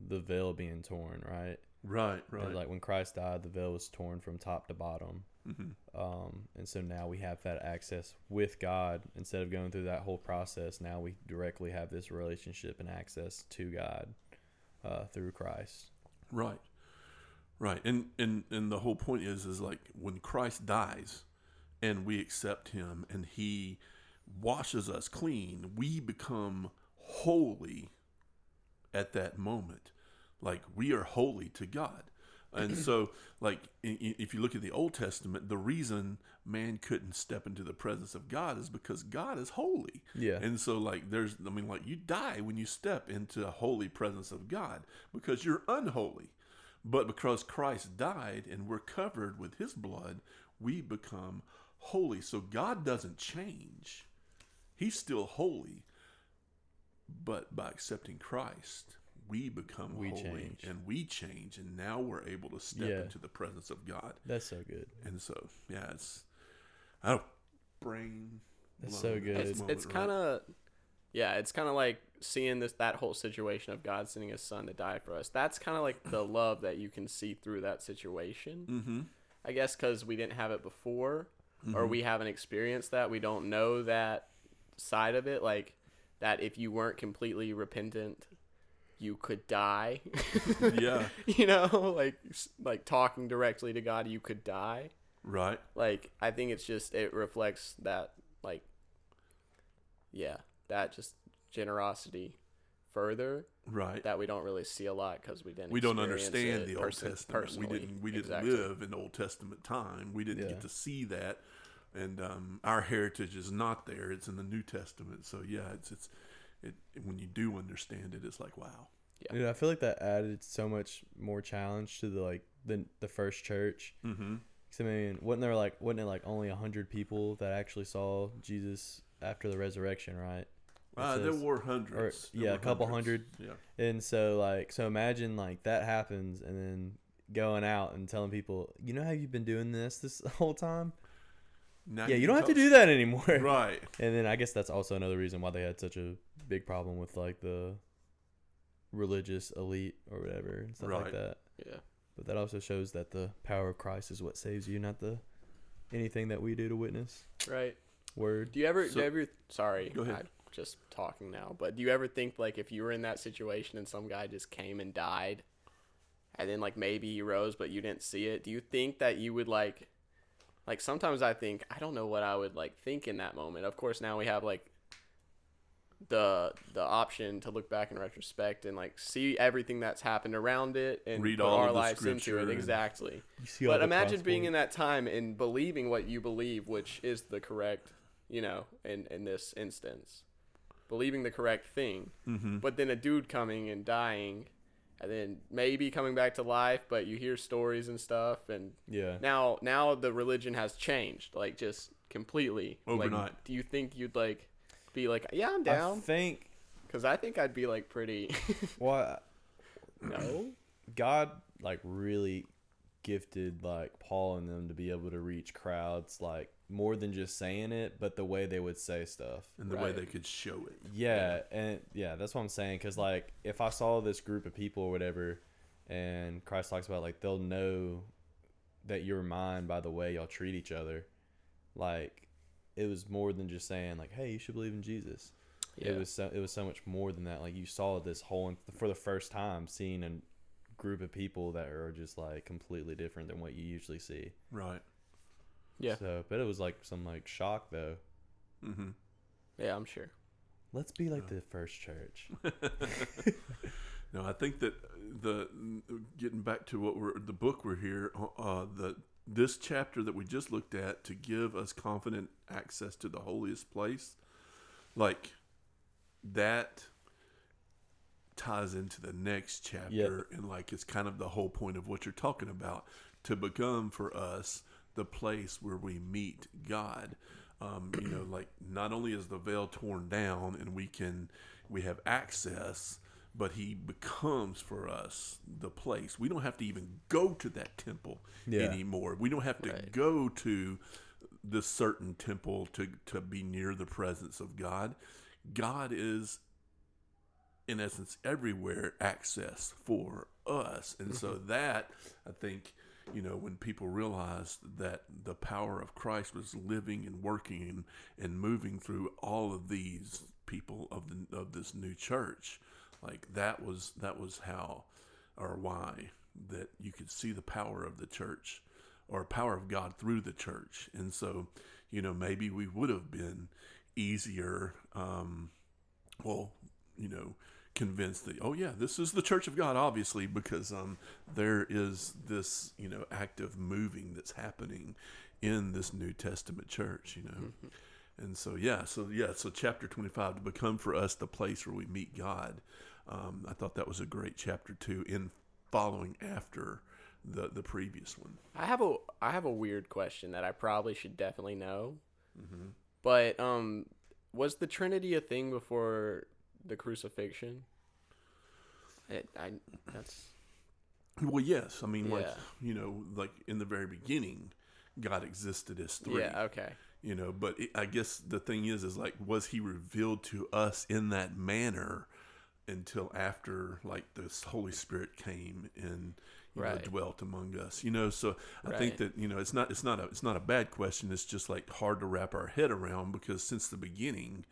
Speaker 2: the veil being torn, right?
Speaker 3: Right,
Speaker 2: And,
Speaker 3: right.
Speaker 2: like when Christ died, the veil was torn from top to bottom,
Speaker 3: Mhm.
Speaker 2: um, and so now we have that access with God instead of going through that whole process. Now we directly have this relationship and access to God uh, through Christ.
Speaker 3: Right. Right. And and and the whole point is is like when Christ dies and we accept him and he washes us clean, we become holy at that moment. Like we are holy to God. And so like i- i- if you look at the Old Testament, the reason man couldn't step into the presence of God is because God is holy.
Speaker 2: Yeah.
Speaker 3: And so like there's I mean like you die when you step into the holy presence of God because you're unholy. But because Christ died and we're covered with his blood, we become holy. So God doesn't change. He's still holy. But by accepting Christ, we become
Speaker 2: We
Speaker 3: holy
Speaker 2: change.
Speaker 3: and we change and now we're able to step
Speaker 2: Yeah.
Speaker 3: into the presence of God.
Speaker 2: That's so good.
Speaker 3: And so, yeah, it's I don't brain
Speaker 2: That's so
Speaker 3: blown at
Speaker 2: good.
Speaker 3: this
Speaker 2: It's-
Speaker 1: it's
Speaker 3: moment
Speaker 1: it's
Speaker 3: right
Speaker 1: kind of yeah it's kind of like seeing this that whole situation of god sending his son to die for us that's kind of like the love that you can see through that situation
Speaker 3: Mm-hmm.
Speaker 1: i guess because we didn't have it before or we haven't experienced that we don't know that side of it like that if you weren't completely repentant you could die
Speaker 3: Yeah.
Speaker 1: you know like s- like talking directly to god you could die
Speaker 3: Right.
Speaker 1: like i think it's just it reflects that like yeah that just generosity further
Speaker 3: Right.
Speaker 1: that we don't really see a lot because we didn't
Speaker 3: we don't
Speaker 1: experience
Speaker 3: understand
Speaker 1: it
Speaker 3: the Old
Speaker 1: person-
Speaker 3: Testament. We
Speaker 1: personally.
Speaker 3: didn't. We didn't
Speaker 1: Exactly.
Speaker 3: live in Old Testament time. We didn't
Speaker 2: Yeah.
Speaker 3: get to see that, and um, our heritage is not there. It's in the New Testament. So yeah, it's it's it. When you do understand it, it's like wow.
Speaker 1: Yeah.
Speaker 2: Dude, I feel like that added so much more challenge to the like the the first church.
Speaker 3: Mm-hmm.
Speaker 2: 'Cause, I mean, wasn't there like wasn't it like only hundred people that actually saw Jesus after the resurrection, right? It
Speaker 3: Uh, there
Speaker 2: says-
Speaker 3: were hundreds. There
Speaker 2: yeah,
Speaker 3: were
Speaker 2: a couple
Speaker 3: hundreds. Yeah.
Speaker 2: And so like so imagine like that happens and then going out and telling people, you know how you've been doing this this whole time?
Speaker 3: Now
Speaker 2: yeah, you don't have to
Speaker 3: tell-
Speaker 2: do that anymore.
Speaker 3: Right.
Speaker 2: And then I guess that's also another reason why they had such a big problem with like the religious elite or whatever and stuff
Speaker 3: Right.
Speaker 2: like that.
Speaker 1: yeah
Speaker 2: But that also shows that the power of Christ is what saves you, not the anything that we do to witness.
Speaker 1: right
Speaker 2: Word.
Speaker 1: do you ever do
Speaker 3: So-
Speaker 1: you ever sorry
Speaker 3: Go ahead.
Speaker 1: i'm just talking now but do you ever think like if you were in that situation and some guy just came and died and then like maybe he rose but you didn't see it do you think that you would like like sometimes i think i don't know what i would like think in that moment of course now we have like the the option to look back in retrospect and like see everything that's happened around it and
Speaker 3: Read
Speaker 1: put
Speaker 3: all
Speaker 1: our
Speaker 3: of the
Speaker 1: lives into
Speaker 3: scripture
Speaker 1: it
Speaker 3: and-
Speaker 1: exactly
Speaker 2: You see all
Speaker 1: but
Speaker 2: the
Speaker 1: imagine being
Speaker 2: crossbones.
Speaker 1: in that time and believing what you believe, which is the correct, you know, in in this instance, believing the correct thing.
Speaker 3: Mm-hmm.
Speaker 1: But then a dude coming and dying, and then maybe coming back to life. But you hear stories and stuff, and
Speaker 2: Yeah.
Speaker 1: now now the religion has changed, like just completely Like,
Speaker 3: Overnight.
Speaker 1: do you think you'd like be like, yeah, I'm
Speaker 2: I
Speaker 1: down?
Speaker 2: think
Speaker 1: Because I think I'd be like pretty.
Speaker 2: well
Speaker 1: no.
Speaker 2: God like really gifted like Paul and them to be able to reach crowds like more than just saying it, but the way they would say stuff.
Speaker 3: And the way
Speaker 1: Right.
Speaker 3: they could show it.
Speaker 2: Yeah, and yeah, that's what I'm saying. Cause like, if I saw this group of people or whatever, and Christ talks about like they'll know that you're mine by the way y'all treat each other. Like, it was more than just saying like, "Hey, you should believe in Jesus." It
Speaker 1: Yeah.
Speaker 2: was so it was so much more than that. Like you saw this whole for the first time seeing a group of people that are just like completely different than what you usually see.
Speaker 3: Right.
Speaker 1: Yeah.
Speaker 2: So, but it was like some like shock though.
Speaker 3: Mm-hmm.
Speaker 1: Yeah, I'm sure.
Speaker 2: Let's be like the first church.
Speaker 3: No, I think that the getting back to what we're the book we're here uh, the this chapter that we just looked at to give us confident access to the holiest place, like that ties into the next chapter and like it's kind of the whole point of what you're talking about to become for us the place where we meet God. Um, you know, like not only is the veil torn down and we can we have access, but he becomes for us the place. We don't have to even go to that temple
Speaker 2: Yeah.
Speaker 3: anymore. We don't have to
Speaker 1: Right.
Speaker 3: go to this certain temple to to be near the presence of God. God is in essence everywhere access for us. And so that I think you know when people realized that the power of Christ was living and working and, and moving through all of these people of the of this new church like that was that was how or why that you could see the power of the church or power of God through the church. And so, you know, maybe we would have been easier, um, well, you know, convinced that, oh, yeah, this is the church of God, obviously, because um, there is this, you know, active moving that's happening in this New Testament church, you know.
Speaker 1: Mm-hmm.
Speaker 3: And so, yeah, so yeah, so chapter 25 to become for us the place where we meet God. Um, I thought that was a great chapter too, in following after the the previous one.
Speaker 1: I have a I have a weird question that I probably should definitely know.
Speaker 3: Mm-hmm.
Speaker 1: But um, was the Trinity a thing before the crucifixion? It, I that's
Speaker 3: Well, yes, I mean, like
Speaker 1: Yeah.
Speaker 3: you know, like in the very beginning, God existed as three.
Speaker 1: yeah okay.
Speaker 3: you know but it, i guess the thing is is like was he revealed to us in that manner until after like this holy spirit came and you
Speaker 1: Right.
Speaker 3: know, dwelt among us you know so i think
Speaker 1: Right.
Speaker 3: that you know it's not it's not a it's not a bad question it's just like hard to wrap our head around because since the beginning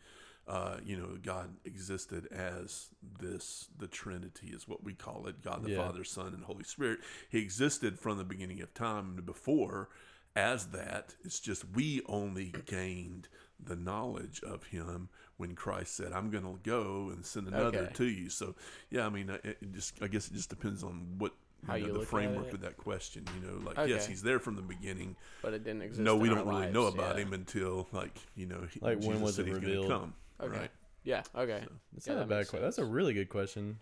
Speaker 3: uh, you know, God existed as this, the Trinity is what we call it God the
Speaker 2: Yeah.
Speaker 3: Father, Son, and Holy Spirit. He existed from the beginning of time and before as that. It's just we only gained the knowledge of Him when Christ said, I'm going to go and send another
Speaker 1: Okay.
Speaker 3: to you. So, yeah, I mean, uh, it, it just, I guess it just depends on what.
Speaker 1: How you
Speaker 3: you know, the
Speaker 1: look at
Speaker 3: framework
Speaker 1: it.
Speaker 3: of that question, you know, like yes,
Speaker 1: Okay.
Speaker 3: he's there from the beginning.
Speaker 1: But it didn't exist.
Speaker 3: no,
Speaker 1: in
Speaker 3: we
Speaker 1: our
Speaker 3: don't really know
Speaker 1: lives,
Speaker 3: about
Speaker 1: yeah.
Speaker 3: him until like you know, he,
Speaker 2: Like, when
Speaker 3: Jesus
Speaker 2: was
Speaker 3: said
Speaker 2: it
Speaker 3: he's gonna
Speaker 2: revealed?
Speaker 3: Come,
Speaker 1: Okay.
Speaker 3: right?
Speaker 1: Yeah. Okay.
Speaker 2: That's
Speaker 1: Yeah,
Speaker 2: not a
Speaker 1: that
Speaker 2: bad
Speaker 1: makes
Speaker 2: question. That's a
Speaker 1: sense.
Speaker 2: really good question.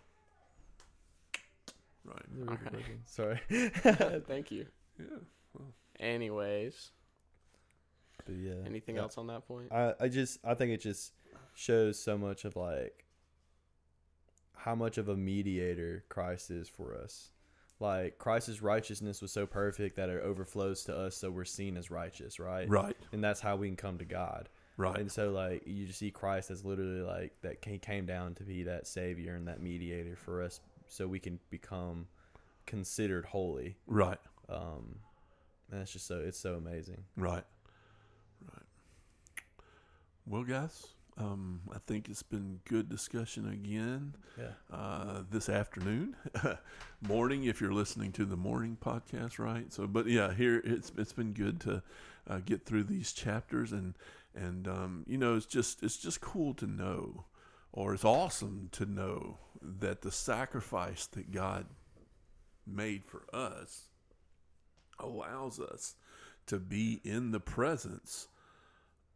Speaker 3: Right.
Speaker 2: That's a really good
Speaker 1: Alright.
Speaker 2: question. Sorry.
Speaker 1: Thank you.
Speaker 3: Yeah.
Speaker 1: Anyways,
Speaker 2: But yeah.
Speaker 1: anything
Speaker 2: Yeah.
Speaker 1: else on that point?
Speaker 2: I, I just I think it just shows so much of like how much of a mediator Christ is for us. Like Christ's righteousness was so perfect that it overflows to us, so we're seen as righteous, right?
Speaker 3: Right.
Speaker 2: And that's how we can come to God.
Speaker 3: Right.
Speaker 2: And so like you just see Christ as literally like that ca- came down to be that savior and that mediator for us, so we can become considered holy.
Speaker 3: Right.
Speaker 2: Um, and that's just so it's so amazing.
Speaker 3: Right. Right. Well, guys, um, I think it's been good discussion again
Speaker 2: Yeah.
Speaker 3: uh, this afternoon, morning if you're listening to the morning podcast, right? So, but yeah, here it's it's been good to uh, get through these chapters and and um, you know it's just it's just cool to know, or it's awesome to know that the sacrifice that God made for us allows us to be in the presence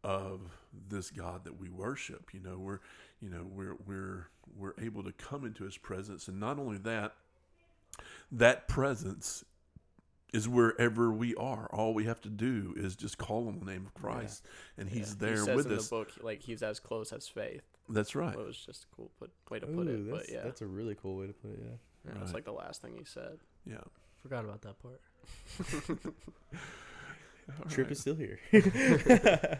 Speaker 3: of this God that we worship. You know, we're you know we're we're we're able to come into His presence, and not only that, that presence is wherever we are. All we have to do is just call on the name of Christ, and He's
Speaker 1: He
Speaker 3: there
Speaker 1: says
Speaker 3: with
Speaker 1: in
Speaker 3: us.
Speaker 1: the book, like he's as close as faith.
Speaker 3: That's right.
Speaker 1: It was just a cool put, way to put it. But yeah,
Speaker 2: that's a really cool way to put it. Yeah.
Speaker 1: yeah, that's like the last thing he said.
Speaker 3: Yeah.
Speaker 4: Forgot about that part.
Speaker 3: All
Speaker 2: Trip
Speaker 3: right.
Speaker 2: is still here.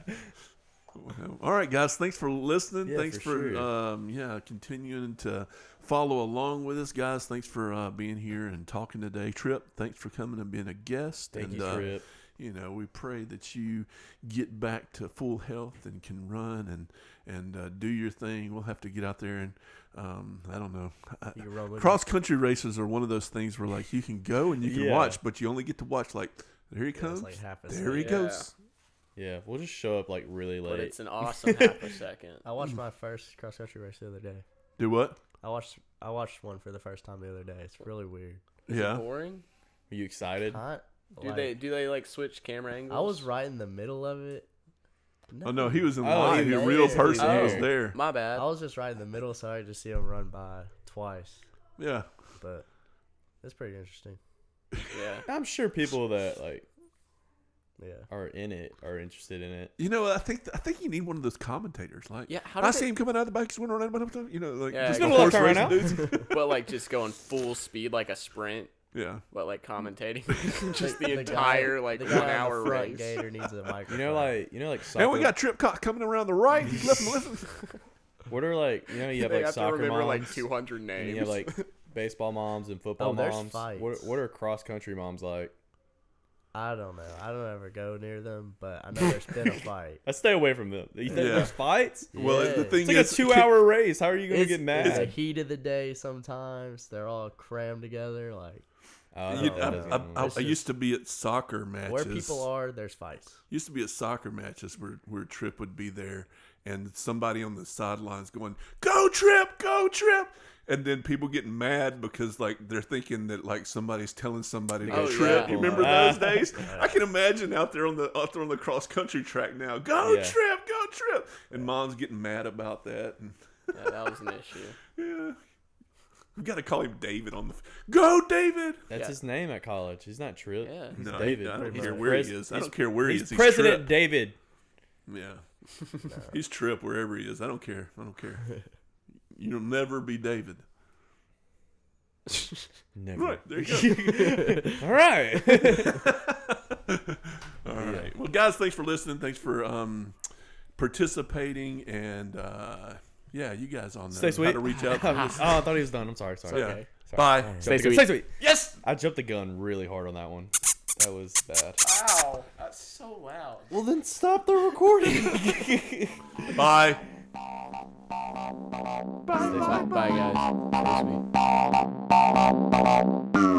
Speaker 3: Well, All right, guys. Thanks for listening.
Speaker 2: Yeah,
Speaker 3: thanks
Speaker 2: for
Speaker 3: for,
Speaker 2: sure.
Speaker 3: um, yeah, continuing to follow along with us, guys. Thanks for uh, being here and talking today, Trip. Thanks for coming and being a guest.
Speaker 2: Thank
Speaker 3: and,
Speaker 2: you,
Speaker 3: uh,
Speaker 2: Trip.
Speaker 3: you know, we pray that you get back to full health and can run and and uh, do your thing. We'll have to get out there and um, I don't know. I,
Speaker 4: You can run with
Speaker 3: cross country races are one of those things where like you can go and you can
Speaker 2: Yeah.
Speaker 3: watch, but you only get to watch like there he
Speaker 4: me. Yeah, it's
Speaker 3: comes,
Speaker 4: like half a
Speaker 3: there he
Speaker 1: Yeah.
Speaker 3: goes.
Speaker 2: Yeah, we'll just show up like really
Speaker 1: But
Speaker 2: late.
Speaker 1: it's an awesome half a second.
Speaker 4: I watched my first cross country race the other day.
Speaker 3: Do what?
Speaker 4: I watched I watched one for the first time the other day. It's really weird.
Speaker 3: Yeah.
Speaker 1: Boring.
Speaker 2: Are you excited?
Speaker 4: Huh?
Speaker 1: Do
Speaker 4: Like,
Speaker 1: they do they like switch camera angles?
Speaker 4: I was right in the middle of it.
Speaker 3: Oh no, he was in
Speaker 2: Oh,
Speaker 3: line.
Speaker 2: he
Speaker 3: He,
Speaker 2: was
Speaker 3: real
Speaker 2: there.
Speaker 3: person. He was
Speaker 1: Oh.
Speaker 3: there.
Speaker 1: My bad.
Speaker 4: I was just right in the middle, so I just see him run by twice.
Speaker 3: Yeah.
Speaker 4: But it's pretty interesting.
Speaker 1: yeah.
Speaker 2: I'm sure people that like
Speaker 4: Yeah.
Speaker 2: are in it are interested in it.
Speaker 3: You know, I think I think you need one of those commentators. Like,
Speaker 1: Yeah, how do
Speaker 3: I
Speaker 1: they-
Speaker 3: see him coming out of the bike. He's running around. You know, like
Speaker 1: Yeah,
Speaker 3: just
Speaker 1: He's
Speaker 3: the
Speaker 1: gonna
Speaker 3: horse
Speaker 2: walk around
Speaker 3: racing dudes.
Speaker 1: but like just going full speed like a sprint.
Speaker 3: Yeah.
Speaker 1: but like commentating just the,
Speaker 4: guy-
Speaker 1: entire like
Speaker 4: the
Speaker 1: one
Speaker 4: guy on the
Speaker 1: hour
Speaker 4: front
Speaker 1: race.
Speaker 4: Gator needs a
Speaker 2: You
Speaker 4: microphone.
Speaker 2: know, like you know, like soccer.
Speaker 3: And we got Trip Cock coming around the right. Listen, listen.
Speaker 2: what are like you know you have
Speaker 1: They
Speaker 2: like
Speaker 1: have to
Speaker 2: soccer
Speaker 1: remember
Speaker 2: moms
Speaker 1: like 200
Speaker 2: and
Speaker 1: names.
Speaker 2: you have like baseball moms and football
Speaker 4: Oh, there's
Speaker 2: moms. What
Speaker 4: fights.
Speaker 2: what are cross country moms like?
Speaker 4: I don't know. I don't ever go near them, but I know there's been a fight.
Speaker 2: I stay away from them. You think
Speaker 3: Yeah.
Speaker 2: there's fights?
Speaker 3: Well, the
Speaker 4: Yeah.
Speaker 3: thing
Speaker 2: It's like a
Speaker 3: is,
Speaker 2: two hour race. How are you gonna
Speaker 4: It's,
Speaker 2: get
Speaker 4: it's the
Speaker 2: mad?
Speaker 4: heat of the day sometimes. They're all crammed together. Like
Speaker 2: Oh,
Speaker 3: You-
Speaker 2: that doesn't
Speaker 3: I, I,
Speaker 2: work.
Speaker 3: I,
Speaker 4: It's
Speaker 3: I
Speaker 4: just-
Speaker 3: used to be at soccer matches.
Speaker 4: where people are, there's fights.
Speaker 3: used to be at soccer matches where, where Trip would be there and somebody on the sidelines going, Go Trip, go Trip. And then people getting mad because like they're thinking that like somebody's telling somebody to
Speaker 1: Oh,
Speaker 3: trip.
Speaker 1: yeah.
Speaker 3: You remember
Speaker 2: Ah.
Speaker 3: those days? I can imagine out there on the out there on the cross country track now. Go
Speaker 2: Yeah.
Speaker 3: Trip, go Trip. And mom's getting mad about that. And
Speaker 1: yeah, that was an issue.
Speaker 3: yeah, we got to call him David on the go David.
Speaker 2: That's
Speaker 1: Yeah.
Speaker 2: his name at college. He's not Trip.
Speaker 1: Yeah.
Speaker 2: He's
Speaker 3: No, I-
Speaker 2: David.
Speaker 3: I don't
Speaker 2: He's
Speaker 3: care where
Speaker 2: pres-
Speaker 3: he is. I
Speaker 2: he's-
Speaker 3: don't care where he is.
Speaker 2: He's
Speaker 3: He's
Speaker 2: President
Speaker 3: Trip.
Speaker 2: David.
Speaker 3: Yeah. He's Trip wherever he is. I don't care. I don't care. You'll never be David.
Speaker 2: Never.
Speaker 3: Right. There you go.
Speaker 2: All right.
Speaker 3: All right. Well, guys, thanks for listening. Thanks for um, participating. And uh, yeah, you guys all know
Speaker 2: Stay
Speaker 3: how
Speaker 2: sweet.
Speaker 3: to reach out.
Speaker 2: oh, I thought he was done. I'm sorry. Sorry.
Speaker 3: yeah.
Speaker 1: okay.
Speaker 3: Bye.
Speaker 1: Stay
Speaker 2: Jumped the gun-
Speaker 1: sweet.
Speaker 2: Stay sweet.
Speaker 1: Yes.
Speaker 2: I jumped the gun really hard on that one. That was bad.
Speaker 1: Wow, that's so loud.
Speaker 2: Well, then stop the recording.
Speaker 3: Bye.
Speaker 1: Bye, guys. That was me.